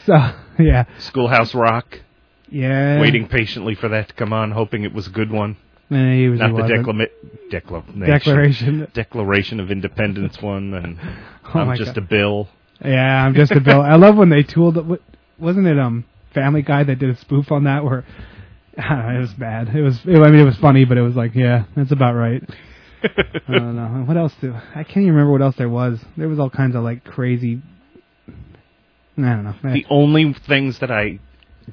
So [laughs] yeah, Schoolhouse Rock, yeah. waiting patiently for that to come on, hoping it was a good one. Eh, he was Not he the wasn't. declama- declaration, Declaration. Declaration of Independence one, and [laughs] Oh I'm my just God. a bill. Yeah, I'm just a bill. I love when they tooled. It. Wasn't it um Family Guy that did a spoof on that where [laughs] I don't know, it was bad. It was. It, I mean, it was funny, but it was like, yeah, that's about right. I don't know what else. Do, I can't even remember what else there was. There was all kinds of like crazy. I don't know. Eh, The only things that I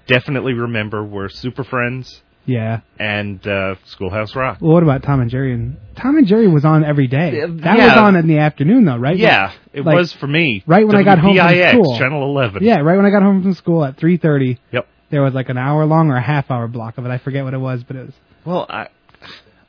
definitely remember were Super Friends Yeah. and uh, Schoolhouse Rock. Well, what about Tom and Jerry? And Tom and Jerry was on every day. Yeah, That was Uh, yeah. on in the afternoon, though, right? Yeah, it Like, was for me. Right when I got home from WPIX, school. Channel 11. Yeah, right when I got home from school at three thirty. Yep. There was like an hour long or a half hour block of it. I forget what it was, but it was. Well, I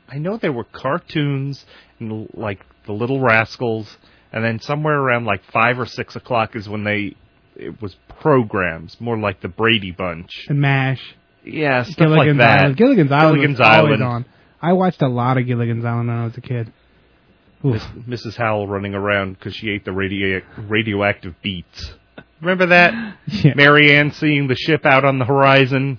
I know there were cartoons and like the Little Rascals and then somewhere around like five or six o'clock is when they it was programs, more like the Brady Bunch. And MASH. Yeah, stuff Gilligan's like that. Island. Gilligan's Island Gilligan's was always Island. on. I watched a lot of Gilligan's Island when I was a kid. Oof. Miss- Mrs. Howell running around because she ate the radio- radioactive beets. Remember that? [laughs] Yeah. Mary Ann seeing the ship out on the horizon.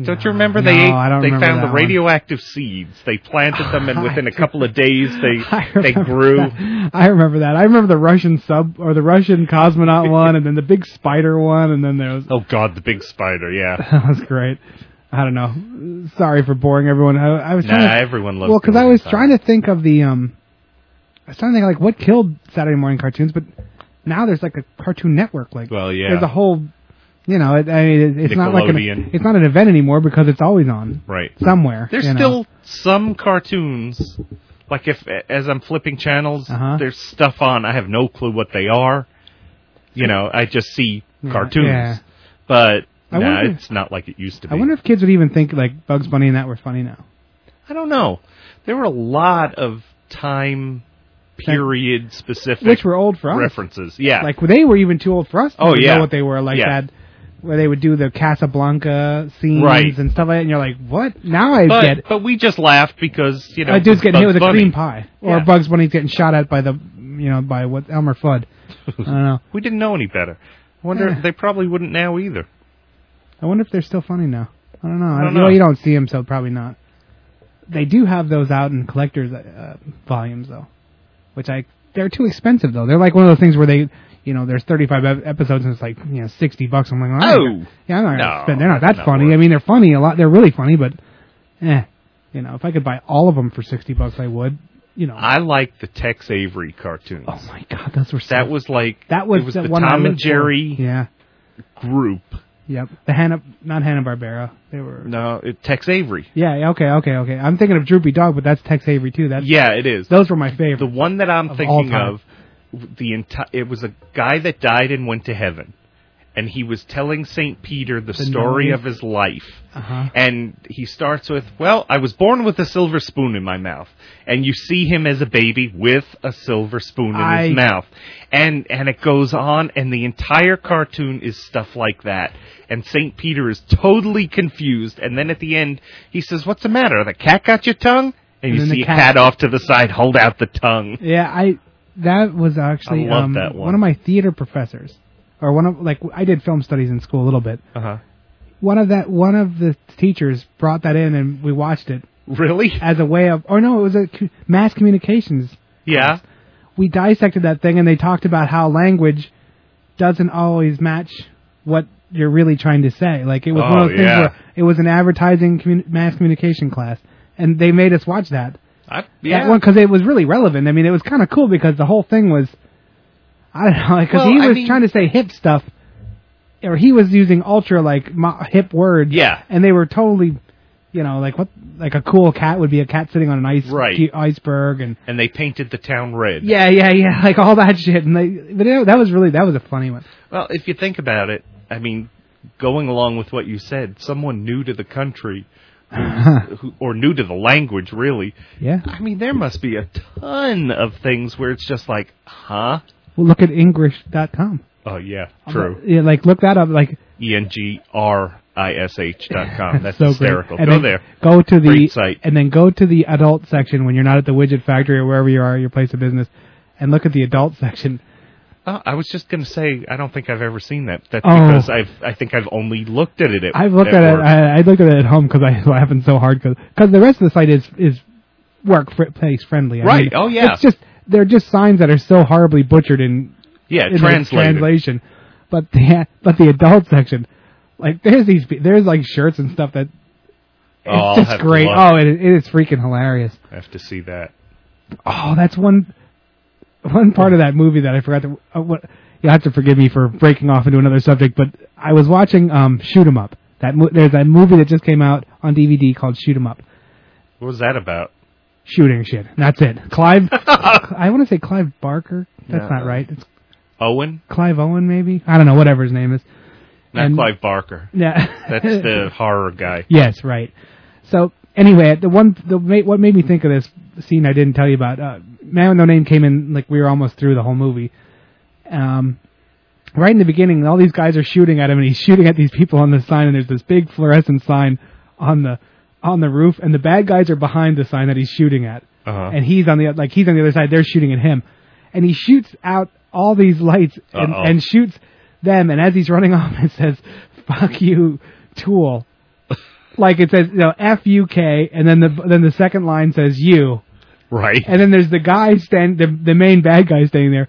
Don't you remember No, they ate, I don't they remember found that the one. [laughs] radioactive seeds. They planted them and within a couple of [laughs] days they they remember grew. that. I remember that. I remember the Russian sub or the Russian [laughs] cosmonaut one, and then the big spider one, and then there was Oh god, the big spider, yeah. [laughs] that was great. I don't know. Sorry for boring everyone. I, I was trying Nah, to, everyone loves Well, because I Gilligan's was trying to think of the um, I was trying to think like what killed Saturday morning cartoons, but now there's like a Cartoon Network. Like, Well, yeah. there's a whole, you know, it, I mean, it, it's not like an, Nickelodeon. it's not an event anymore because it's always on Right. somewhere. There's you know. still some cartoons. Like if as I'm flipping channels, Uh-huh. there's stuff on. I have no clue what they are. You know, I just see cartoons. yeah. But I nah, wonder- it's not like it used to be. I wonder if kids would even think like Bugs Bunny and that were funny now. I don't know. There were a lot of time period specific Which were old for us. references. Yeah. Like they were even too old for us to Oh, even yeah. know what they were like Yeah. that where they would do the Casablanca scenes Right. and stuff like that and you're like, What? Now I but, get but we just laughed because you know a dude's it was getting hit Bugs with a Bunny. cream pie. Or Yeah. Bugs Bunny's getting shot at by the you know, by what [laughs] Elmer Fudd. I don't know. We didn't know any better. I wonder if they probably wouldn't now either. I wonder if they're still funny now. I don't know. I don't you know. you don't see them, so probably not. They do have those out in collectors uh, volumes though, which I they're too expensive though. They're like one of those things where they, you know, there's 35 ep- episodes and it's like you know 60 bucks. I'm like, well, I'm not Oh. gonna- yeah, I'm not gonna No, spend. They're not that's not that funny. I mean, they're funny a lot. They're really funny, but eh, you know, if I could buy all of them for 60 bucks, I would. You know, I like the Tex Avery cartoons. Oh my god, those were so that was like that was, it was the, the one I Tom and looked for. Jerry Yeah, group. yep. The Hanna, not Hanna Barbera. They were No, it, Tex Avery. Yeah, yeah, okay, okay, okay. I'm thinking of Droopy Dog, but that's Tex Avery too. That's Yeah, it is. Those were my favorite. The one that I'm Of all thinking time. of, the entire it was a guy that died and went to heaven, and he was telling Saint Peter the, The story noise. of his life. Uh-huh. And he starts with, "Well, I was born with a silver spoon in my mouth," and you see him as a baby with a silver spoon in I- his mouth, and and it goes on, and the entire cartoon is stuff like that. And Saint Peter is totally confused, and then at the end he says, "What's the matter? The cat got your tongue?" And, And you then the see a cat- cat off to the side hold out the tongue. Yeah, I that was actually I love um, that one. of my theater professors, or one of like I did film studies in school a little bit. Uh huh. One of that one of the teachers brought that in and we watched it [laughs] Really? as a way of or no, it was a cu- mass communications. Yeah. We dissected that thing and they talked about how language doesn't always match what you're really trying to say. Like it was one Oh, of those yeah. things where it was an advertising commun- mass communication class and they made us watch that. I, that one because it was really relevant. I mean, it was kind of cool because the whole thing was, I don't know, because Well, he I was mean- trying to say hip stuff, or he was using ultra like mo- hip words. Yeah. and they were totally, you know, like what like a cool cat would be a cat sitting on an ice Right. cu- iceberg and. And they painted the town red. Yeah, yeah, yeah, [laughs] like all that shit, and they, but it, that was really that was a funny one. Well, if you think about it, I mean, going along with what you said, someone new to the country, [laughs] who, who, or new to the language, really. Yeah. I mean, there must be a ton of things where it's just like, huh? Well, look at English.com. Oh yeah, true. Yeah, like look that up. Like E n g r i s h dot [laughs] com. That's so great. hysterical. And Go then there. Go to the Great site. and then go to the adult section when you're not at the widget factory or wherever you are, your place of business, and look at the adult [laughs] section. Oh, I was just gonna say, I don't think I've ever seen that. That's Oh. because I've, I think I've only looked at it. At, I've looked at, it. work. I, I looked at it at home because I was laughing so hard because the rest of the site is is work fr- place friendly. I Right. mean, Oh, yeah. It's just they're just signs that are so horribly butchered in Yeah, in the Uh, translated. translation. But the [laughs] but the adult section, like there's these pe- there's like shirts and stuff that. Oh, It's I'll just have to great. look. Oh, it, it is freaking hilarious. I have to see that. Oh, that's one one part of that movie that I forgot to. Uh, what you have to forgive me for breaking off into another subject, but I was watching um, Shoot 'Em Up. That mo- there's that movie that just came out on DVD called Shoot 'Em Up. What was that about? Shooting shit. That's it. [laughs] Clive. I want to say Clive Barker. That's No. not right. It's Owen, Clive Owen, maybe. I don't know. Whatever his name is. not And- Clive Barker. [laughs] Yeah. that's the horror guy. Yes, right. So anyway, the one the ma- what made me think of this scene I didn't tell you about. Uh, Man with No Name came in like we were almost through the whole movie. Um, right in the beginning, all these guys are shooting at him, and he's shooting at these people on the sign. And there's this big fluorescent sign on the on the roof, and the bad guys are behind the sign that he's shooting at, Uh-huh. and he's on the like he's on the other side. They're shooting at him, and he shoots out all these lights and, Uh-oh. and shoots them. And as he's running [laughs] off, it says "fuck you, [laughs] tool." Like it says, you know, F U K, and then the then the second line says you, Right. and then there's the guy stand the the main bad guy standing there,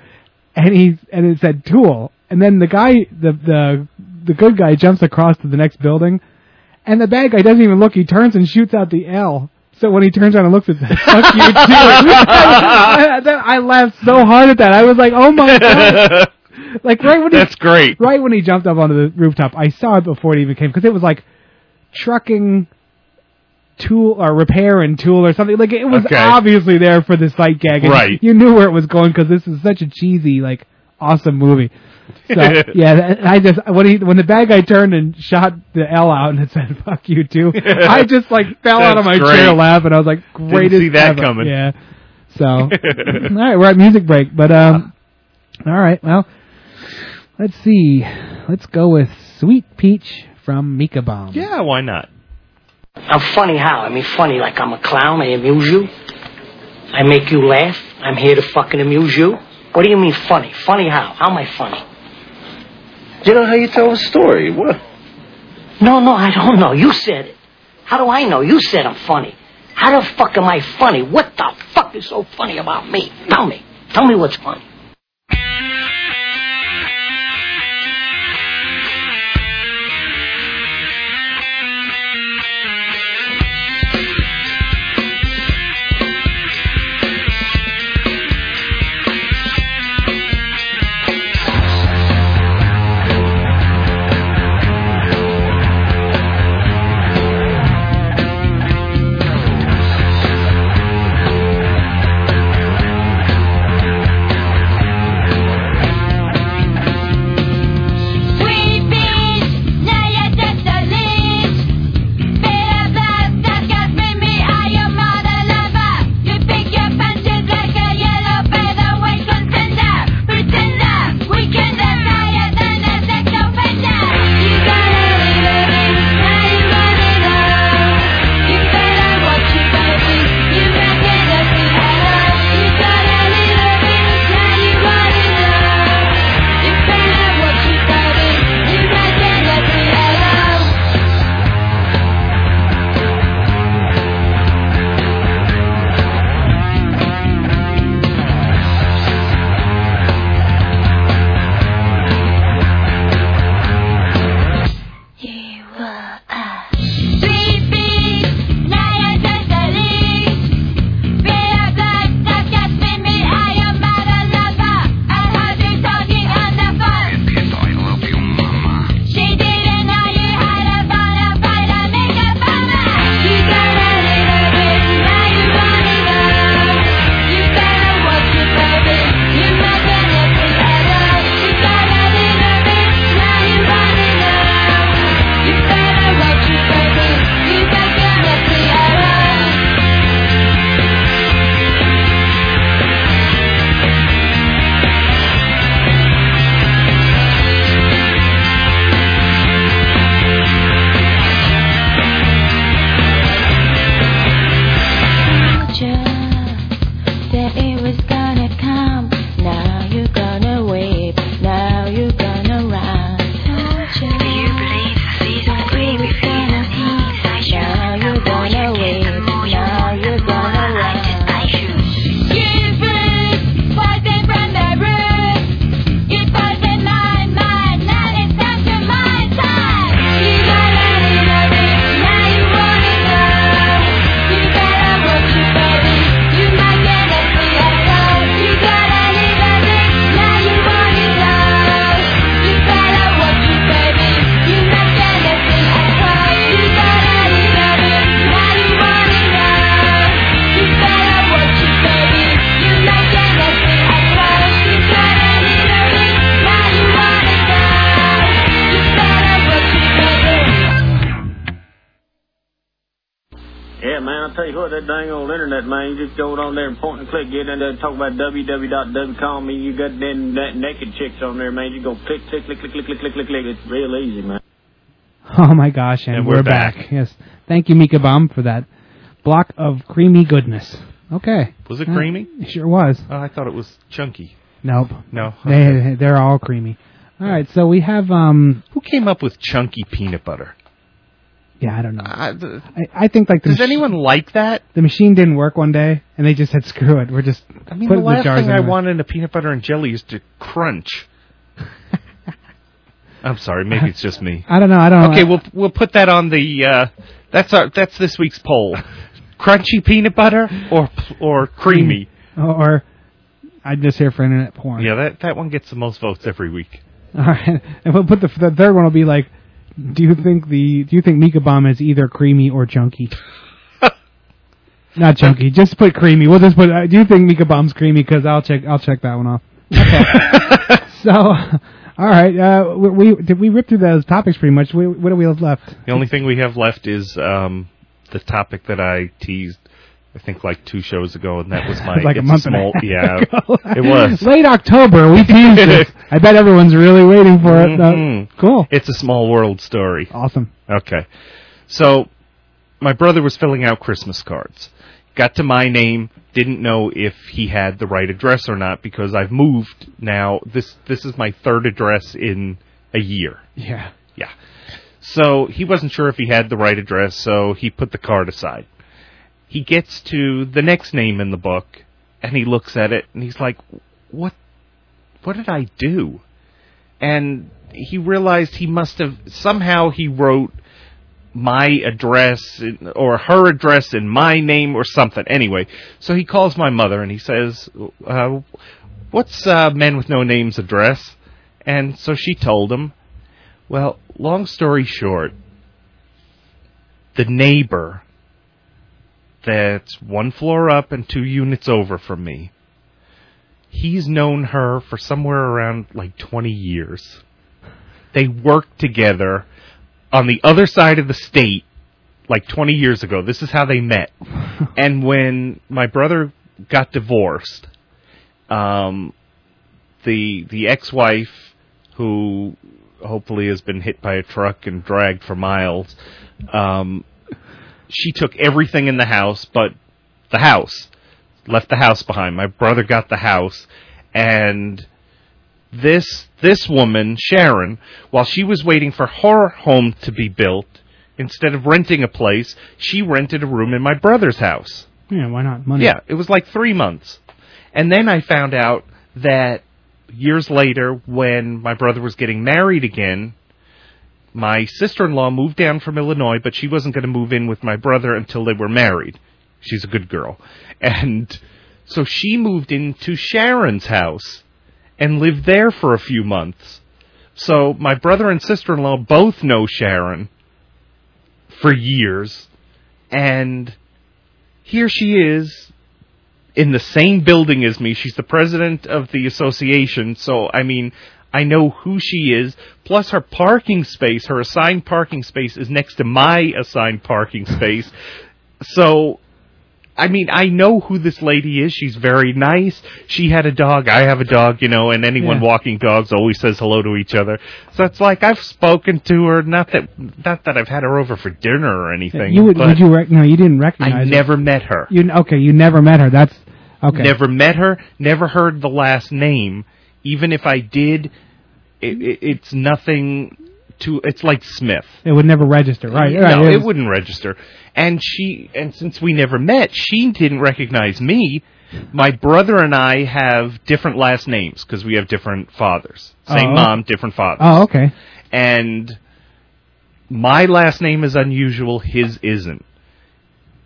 and he's and it said Tool, and then the guy the the the good guy jumps across to the next building, and the bad guy doesn't even look. He turns and shoots out the L. So when he turns around and looks, it's fuck you. Tool." [laughs] I, I- I laughed so hard at that. I was like, oh my god. Like right when [laughs] he, That's great. Right when he jumped up onto the rooftop, I saw it before it even came because it was like trucking tool or repair and tool or something. Like it was Okay. obviously there for the sight gag. and Right. You knew where it was going because this is such a cheesy, like awesome movie. So [laughs] yeah, that- I just when he when the bad guy turned and shot the L out and [laughs] it said "fuck you [laughs] too," I just like fell out of my That's chair great. laughing. I was like, Didn't "Greatest see that ever. coming. Yeah. [laughs] So all right, we're at music break, but um, all right, well, let's see, let's go with "Sweet Peach" from Mika Bomb. Yeah, why not? I'm funny how? I mean, funny like I'm a clown. I amuse you. I make you laugh. I'm here to fucking amuse you. What do you mean funny? Funny how? How am I funny? You know how you tell a story. What? No, no, I don't know. You said it. How do I know? You said I'm funny. How the fuck am I funny? What the fuck is so funny about me? Tell me. Tell me what's funny. Thank tell you what, that dang old internet, man, you just go on there and point and click, get in there and talk about www.com, and you got them na- naked chicks on there, man. You go click, click, click, click, click, click, click, click, click. It's real easy, man. Oh my gosh, and, And we're, we're back. back. Yes. Thank you, Mika Baum, for that block of creamy goodness. Okay. Was it Yeah, creamy? it sure was. Oh, I thought it was chunky. Nope. No. They, they're all creamy. All right, so we have um Who came up with chunky peanut butter? yeah, I don't know. I, th- I, I think like the Does machi- anyone like that? the machine didn't work one day and they just said screw it. We're just I mean, put the last jars thing in I there. wanted in a peanut butter and jelly is to [laughs] crunch. I'm sorry, maybe it's just me. I don't know. I don't Okay, we'll we'll put that on the. Uh, that's our that's this week's poll: crunchy peanut butter or or creamy. Mm. or I'm just here for internet porn. Yeah, that that one gets the most votes every week. All right, and we'll put the, the third one will be like, do you think the do you think Mika Bomb is either creamy [laughs] or chunky? Not chunky. Just put creamy. We'll just put. Uh, do you think Mika Bomb's creamy? Because I'll check. I'll check that one off. [laughs] Okay. so, all right. Uh, we, we did we rip through those topics pretty much. We, what do we have left? The only thing we have left is um, the topic that I teased. I think like two shows ago, and that was my [laughs] like a it's month and a small, half yeah, ago. it was. [laughs] late October. We [laughs] teased this. I bet everyone's really waiting for it. Uh, Mm-hmm. cool. It's a small world story. Awesome. Okay. So, my brother was filling out Christmas cards. Got to my name, didn't know if he had the right address or not because I've moved now. This this is my third address in a year. Yeah. Yeah. So he wasn't sure if he had the right address, so he put the card aside. He gets to the next name in the book, and he looks at it, and he's like, "What? What did I do?" And he realized he must have somehow he wrote my address in- or her address in my name or something. Anyway, so he calls my mother and he says, uh, "What's uh, men with no names address?" And so she told him, well, long story short, the neighbor that's one floor up and two units over from me, he's known her for somewhere around like 20 years. They worked together on the other side of the state like 20 years ago. This is how they met. and when my brother got divorced, um, the the ex-wife who hopefully has been hit by a truck and dragged for miles um she took everything in the house but the house left the house behind my brother got the house and this this woman Sharon while she was waiting for her home to be built instead of renting a place she rented a room in my brother's house Yeah. Why not? Money. yeah, it was like three months. And then I found out that years later, when my brother was getting married again, my sister in law moved down from Illinois, but she wasn't going to move in with my brother until they were married. She's a good girl. And so she moved into Sharon's house and lived there for a few months. So my brother and sister in law both know Sharon for years. And here she is in the same building as me. She's the president of the association, so I mean, I know who she is. Plus, her parking space, her assigned parking space, is next to my assigned [laughs] parking space. So, I mean, I know who this lady is. She's very nice. She had a dog. I have a dog, you know, and anyone Yeah. walking dogs always says hello to each other. So it's like I've spoken to her. Not that, not that I've had her over for dinner or anything. You would? but Would you? Rec- no, you didn't recognize. I her. never met her. You okay? You never met her. That's okay. Never met her, never heard the last name. Even if I did, it, it, it's nothing to. It's like Smith. It would never register, right? no, right, it, was- wouldn't register. And she, and since we never met, she didn't recognize me. My brother and I have different last names because we have different fathers. Same Oh. mom, different father. Oh, okay. And my last name is unusual. His isn't.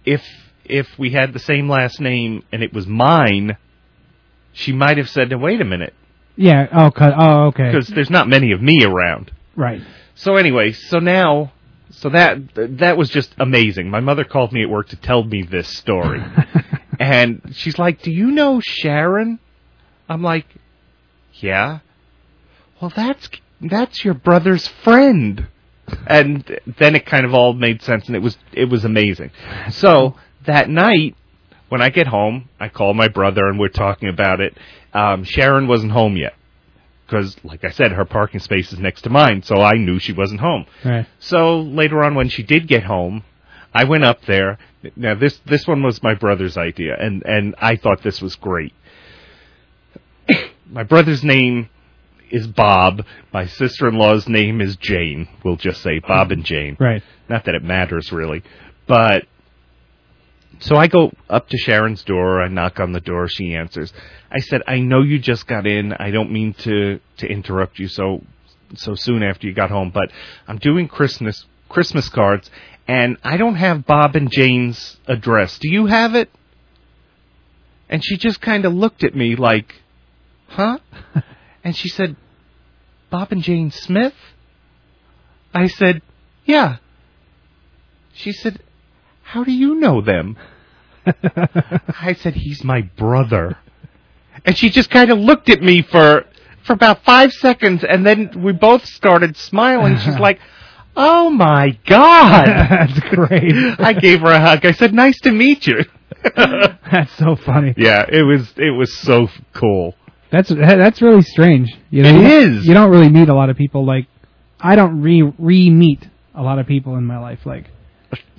If if we had the same last name and it was mine, she might have said, "Now, "Wait a minute," Yeah. Oh, 'cause- oh, okay. because there's not many of me around. Right. So anyway, so now, so that that was just amazing. My mother called me at work to tell me this story, and she's like, "Do you know Sharon?" I'm like, "Yeah." Well, that's that's your brother's friend, and then it kind of all made sense, and it was it was amazing. So that night, when I get home, I call my brother and we're talking about it. Um, Sharon wasn't home yet because, like I said, her parking space is next to mine, so I knew she wasn't home. Right. So later on, when she did get home, I went up there. Now this this one was my brother's idea, and and I thought this was great. [coughs] my brother's name is Bob. My sister in law's name is Jane. We'll just say Bob and Jane. Right. Not that it matters really, but so I go up to Sharon's door. I knock on the door. She answers. I said, "I know you just got in. I don't mean to to interrupt you so so soon after you got home, but I'm doing Christmas Christmas cards, and I don't have Bob and Jane's address. Do you have it?" And she just kind of looked at me like, "Huh?" And she said, "Bob and Jane Smith." I said, "Yeah." She said, how do you know them? I said, he's my brother. And she just kind of looked at me for, for about five seconds, and then we both started smiling. She's like, oh my [laughs] God. That's [laughs] great. I gave her a hug. I said, nice to meet you. [laughs] That's so funny. yeah, it was, it was so cool. That's that's really strange. You know, It you don't- is. You don't really meet a lot of people like I don't re re meet a lot of people in my life. Like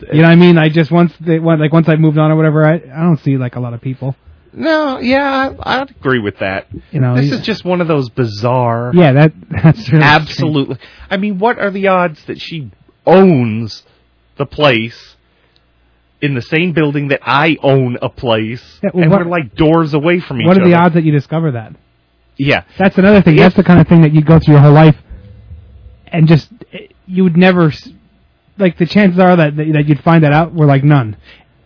you know, what I mean, I just once they went like once I moved on or whatever, I I don't see like a lot of people. No, yeah, I, I'd agree with that. You know, this yeah. is just one of those bizarre. Yeah, that [laughs] that's really absolutely. I mean, what are the odds that she owns the place in the same building that I own a place, Yeah, well, and what- we're like doors away from each What are the other? odds that you discover that? Yeah, That's another thing. That's the kind of thing that you'd go through your whole life, and just you would never s- like the chances are that that you'd find that out were like none.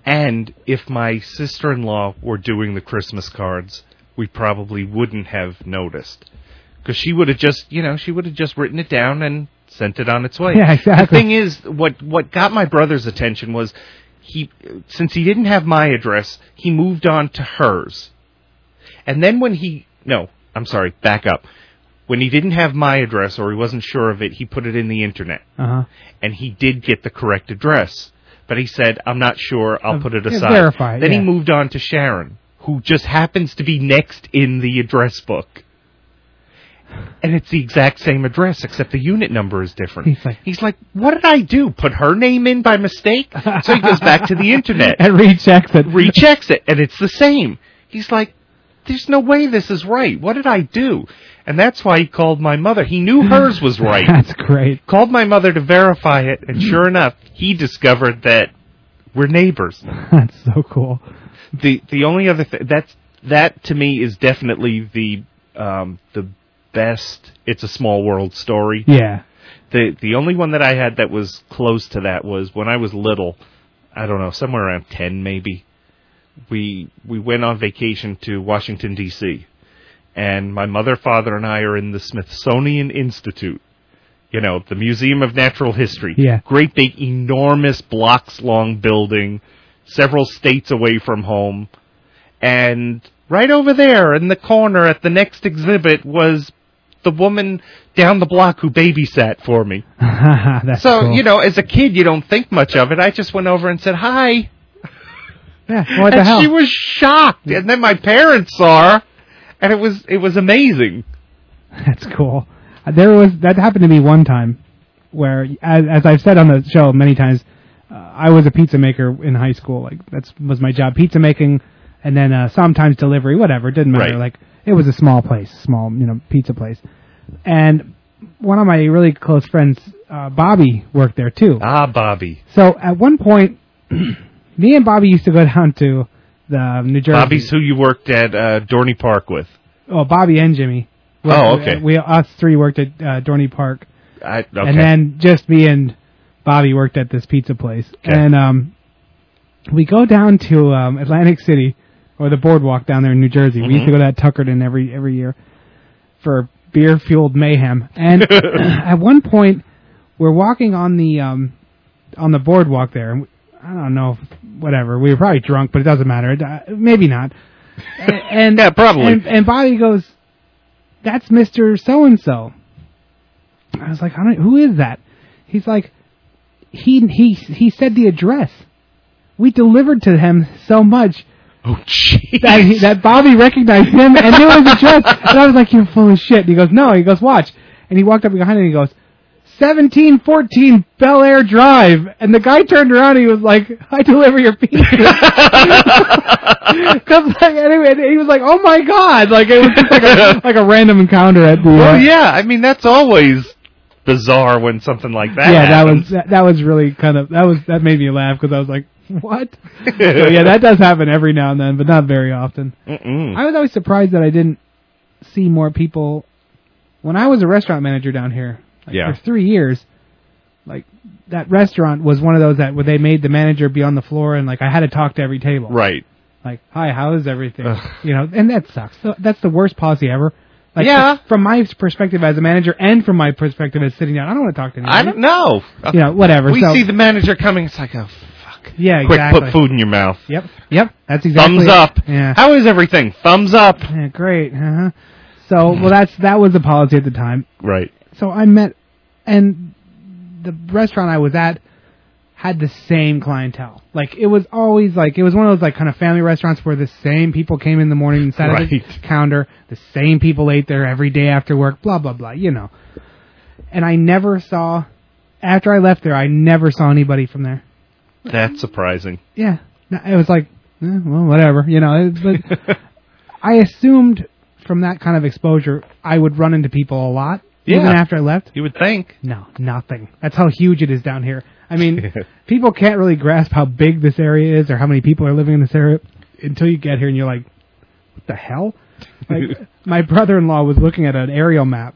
And if my sister in law were doing the Christmas cards, we probably wouldn't have noticed. Because she would have just, you know, she would have just written it down and sent it on its way. Yeah, exactly. The thing is, what, what got my brother's attention was he, since he didn't have my address, he moved on to hers. And then when he, no, I'm sorry, back up. When he didn't have my address or he wasn't sure of it, he put it in the internet Uh huh. and he did get the correct address. But he said, "I'm not sure. I'll put it Um, yeah, aside." verify it, then he yeah. moved on to Sharon, who just happens to be next in the address book, and it's the exact same address except the unit number is different. He's like- "What did I do? Put her name in by mistake?" So he goes back to the internet [laughs] [laughs] and rechecks it. rechecks it, and it's the same. He's like, "There's no way this is right. What did I do?" And that's why he called my mother. He knew hers was right. [laughs] That's great. Called my mother to verify it, and sure enough, he discovered that we're neighbors. That's so cool. The the only other thing that's that to me is definitely the um, the best. It's a small world story. Yeah. [laughs] The the only one that I had that was close to that was when I was little. I don't know, somewhere around ten maybe. We we went on vacation to Washington D.C. and my mother, father, and I are in the Smithsonian Institute. You know, the Museum of Natural History. Yeah. Great big, enormous blocks long building, several states away from home. And right over there in the corner at the next exhibit was the woman down the block who babysat for me. That's so, cool. you know, as a kid, you don't think much of it. I just went over and said, hi. Yeah, what the and hell? she was shocked. And then my parents saw her, and it was, it was amazing. That's cool. Uh, There was that happened to me one time, where as, as I've said on the show many times, uh, I was a pizza maker in high school. Like that's was my job, pizza making, and then uh, sometimes delivery, whatever. It didn't matter. Right. Like it was a small place, small you know pizza place, and one of my really close friends, uh, Bobby, worked there too. Ah, Bobby. So at one point, [clears throat] me and Bobby used to go down to the um, New Jersey. Bobby's who you worked at uh, Dorney Park with. Oh, Bobby and Jimmy. We- Oh, okay. We, us three worked at uh, Dorney Park, I, okay. and then just me and Bobby worked at this pizza place. And um, we go down to um, Atlantic City or the boardwalk down there in New Jersey. We used to Mhm. go to that Tuckerton every every year for beer fueled mayhem. And at one point, we're walking on the um, on the boardwalk there. And we- I don't know, whatever. We were probably drunk, but it doesn't matter. It- uh, Maybe not. A- And [laughs] Yeah, probably. And, and Bobby goes, "That's Mister So and So." I was like, I don't, "Who is that?" He's like, "He he he said the address." we delivered to him so much. Oh, jeez. That, he- that Bobby recognized him and knew it was a [laughs] dress. And I was like, you're full of shit. And he goes, no. He goes, watch. And he walked up behind him and he goes, 1714 Bel Air Drive. And the guy turned around and he was like, I deliver your [laughs] pizza. Comes like, anyway, and he was like, oh my god. Like, it was just [laughs] like a, like a random encounter at the. [laughs] uh, Well, yeah. I mean, that's always bizarre when something like that. yeah, that happens. was that, that was really kind of that was that made me laugh because I was like, [laughs] what? so yeah, that does happen every now and then, but not very often. Mm-mm. I was always surprised that I didn't see more people when I was a restaurant manager down here. Like, Yeah. for three years, like that restaurant was one of those that where they made the manager be on the floor and like I had to talk to every table. Right. Like, hi, how is everything? You know, and that sucks. So that's the worst policy ever. Like, Yeah. From my perspective as a manager and from my perspective as sitting down, I don't want to talk to anybody. I don't know. You know, whatever. Mm-hmm. We so, see the manager coming. It's like, oh, yeah, quick, exactly. put food in your mouth. Yep, yep. That's exactly. Thumbs it. up. Yeah. How is everything? Thumbs up. Yeah, great. Uh-huh. So, well, that's that was the policy at the time. Right. So I met, and the restaurant I was at had the same clientele. Like it was always like it was one of those like kind of family restaurants where the same people came in the morning and sat at the Right. counter. The same people ate there every day after work. Blah blah blah. You know. And I never saw. After I left there, I never saw anybody from there. That's surprising. yeah, No, it was like, eh, well, whatever, you know. it- [laughs] But I assumed from that kind of exposure, I would run into people a lot, even Yeah. after I left. You would think. No, nothing. That's how huge it is down here. I mean, people can't really grasp how big this area is or how many people are living in this area until you get here and you're like, what the hell? Like, my brother-in-law was looking at an aerial map,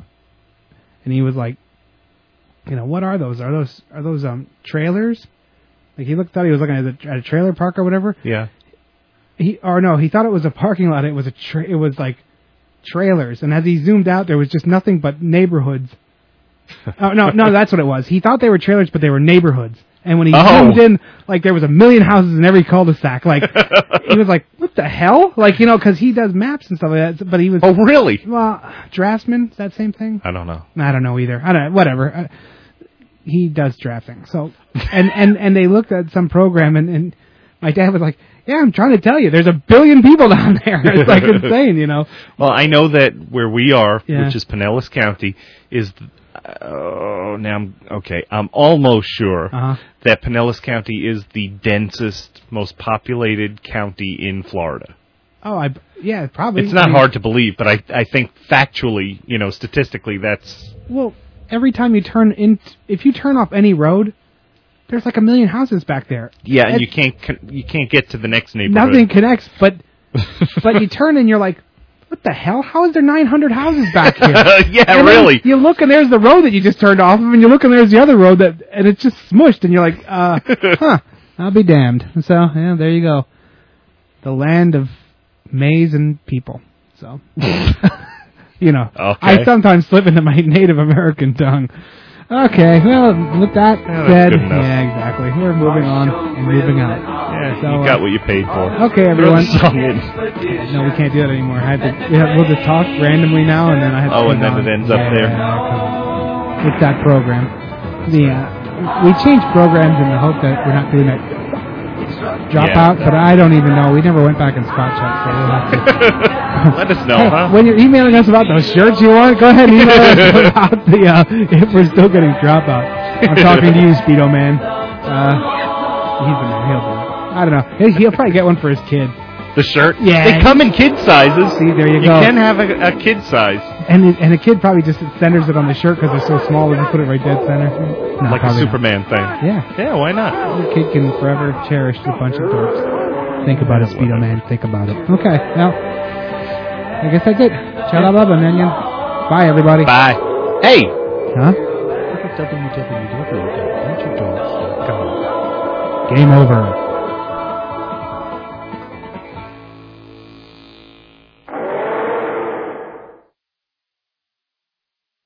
and he was like, you know, what are those? Are those are those um trailers? Like he looked thought he was looking at a, at a trailer park or whatever. Yeah. He or no, he thought it was a parking lot. It was a tra- it was like trailers, and as he zoomed out, there was just nothing but [laughs] neighborhoods. oh no, no, that's what it was. He thought they were trailers, but they were neighborhoods. And when he Oh. zoomed in, like there was a million houses in every cul-de-sac. Like he was like, "What the hell?" Like you know, because he does maps and stuff like that. But he was. Oh, really? Well, draftsman, is that same thing? I don't know. I don't know either. I don't whatever. Uh, he does drafting. So and and and they looked at some program and and my dad was like, "Yeah, I'm trying to tell you, there's a billion people [laughs] down there. [laughs] It's like insane, you know." Well, I know that where we are, Yeah. which is Pinellas County, is. Oh, now I'm okay. I'm almost sure Uh-huh. that Pinellas County is the densest, most populated county in Florida. Oh, I yeah, probably. It's I not mean, hard to believe, but I I think factually, you know, statistically, that's Well, every time you turn in, if you turn off any road, there's like a million houses back there. yeah. And It's- you can't con- you can't get to the next neighborhood. [laughs] nothing connects, but but you turn and you're like, what the hell? How is there 900 houses [laughs] back here? Yeah, And then really. You look and there's the road that you just turned off of, and you look and there's the other road that, and it's just smushed, and you're like, [laughs] uh, huh? I'll be damned. So yeah, there you go. The land of maize and people. So. [laughs] You know, Okay. I sometimes slip into my [laughs] Native American tongue. Okay, well, with that that's said, good enough. yeah, exactly. We're moving on and moving out. Yeah, So, you uh, got what you paid for. Okay, Throw the everyone. song in. [laughs] No, we can't do that anymore. I have to. We have, we'll just talk randomly now, and then I have to. Oh, put and then on. it ends up there. Yeah, It's that program. The uh, we change programs in the hope that we're not doing that dropout, Yeah. but I don't even know. We never went back and spot checked, so we'll have [laughs] to. Let us know, Hey, huh? When you're emailing us about those shirts you want, go ahead and email us [laughs] about the uh, if we're still getting dropout. I'm talking to you, Speedo Man. Uh, he's an he'll do it. I don't know. He'll, he'll probably get one for his kid. The shirt. Yeah. They come in kid sizes. See, there you You go. can have a, a kid size, And it, and the kid probably just centers it on the shirt because they're so small. We just put it right dead center. No, like a probably Superman not. thing. Yeah. Yeah, why not? Your kid can forever cherish the bunch of dorks. Think about it, Speedo Man. Think about it. Okay. Well, I guess that's it. Shout out, Bubba, Minion. Bye, everybody. Bye. Hey. Huh? Game over.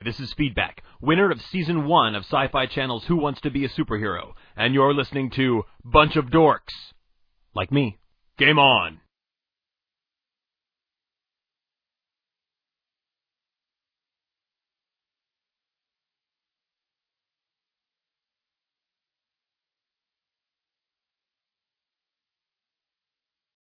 This is Feedback, winner of season one of Sci Fi Channel's Who Wants to Be a Superhero, and you're listening to Bunch of Dorks. Like me. Game on!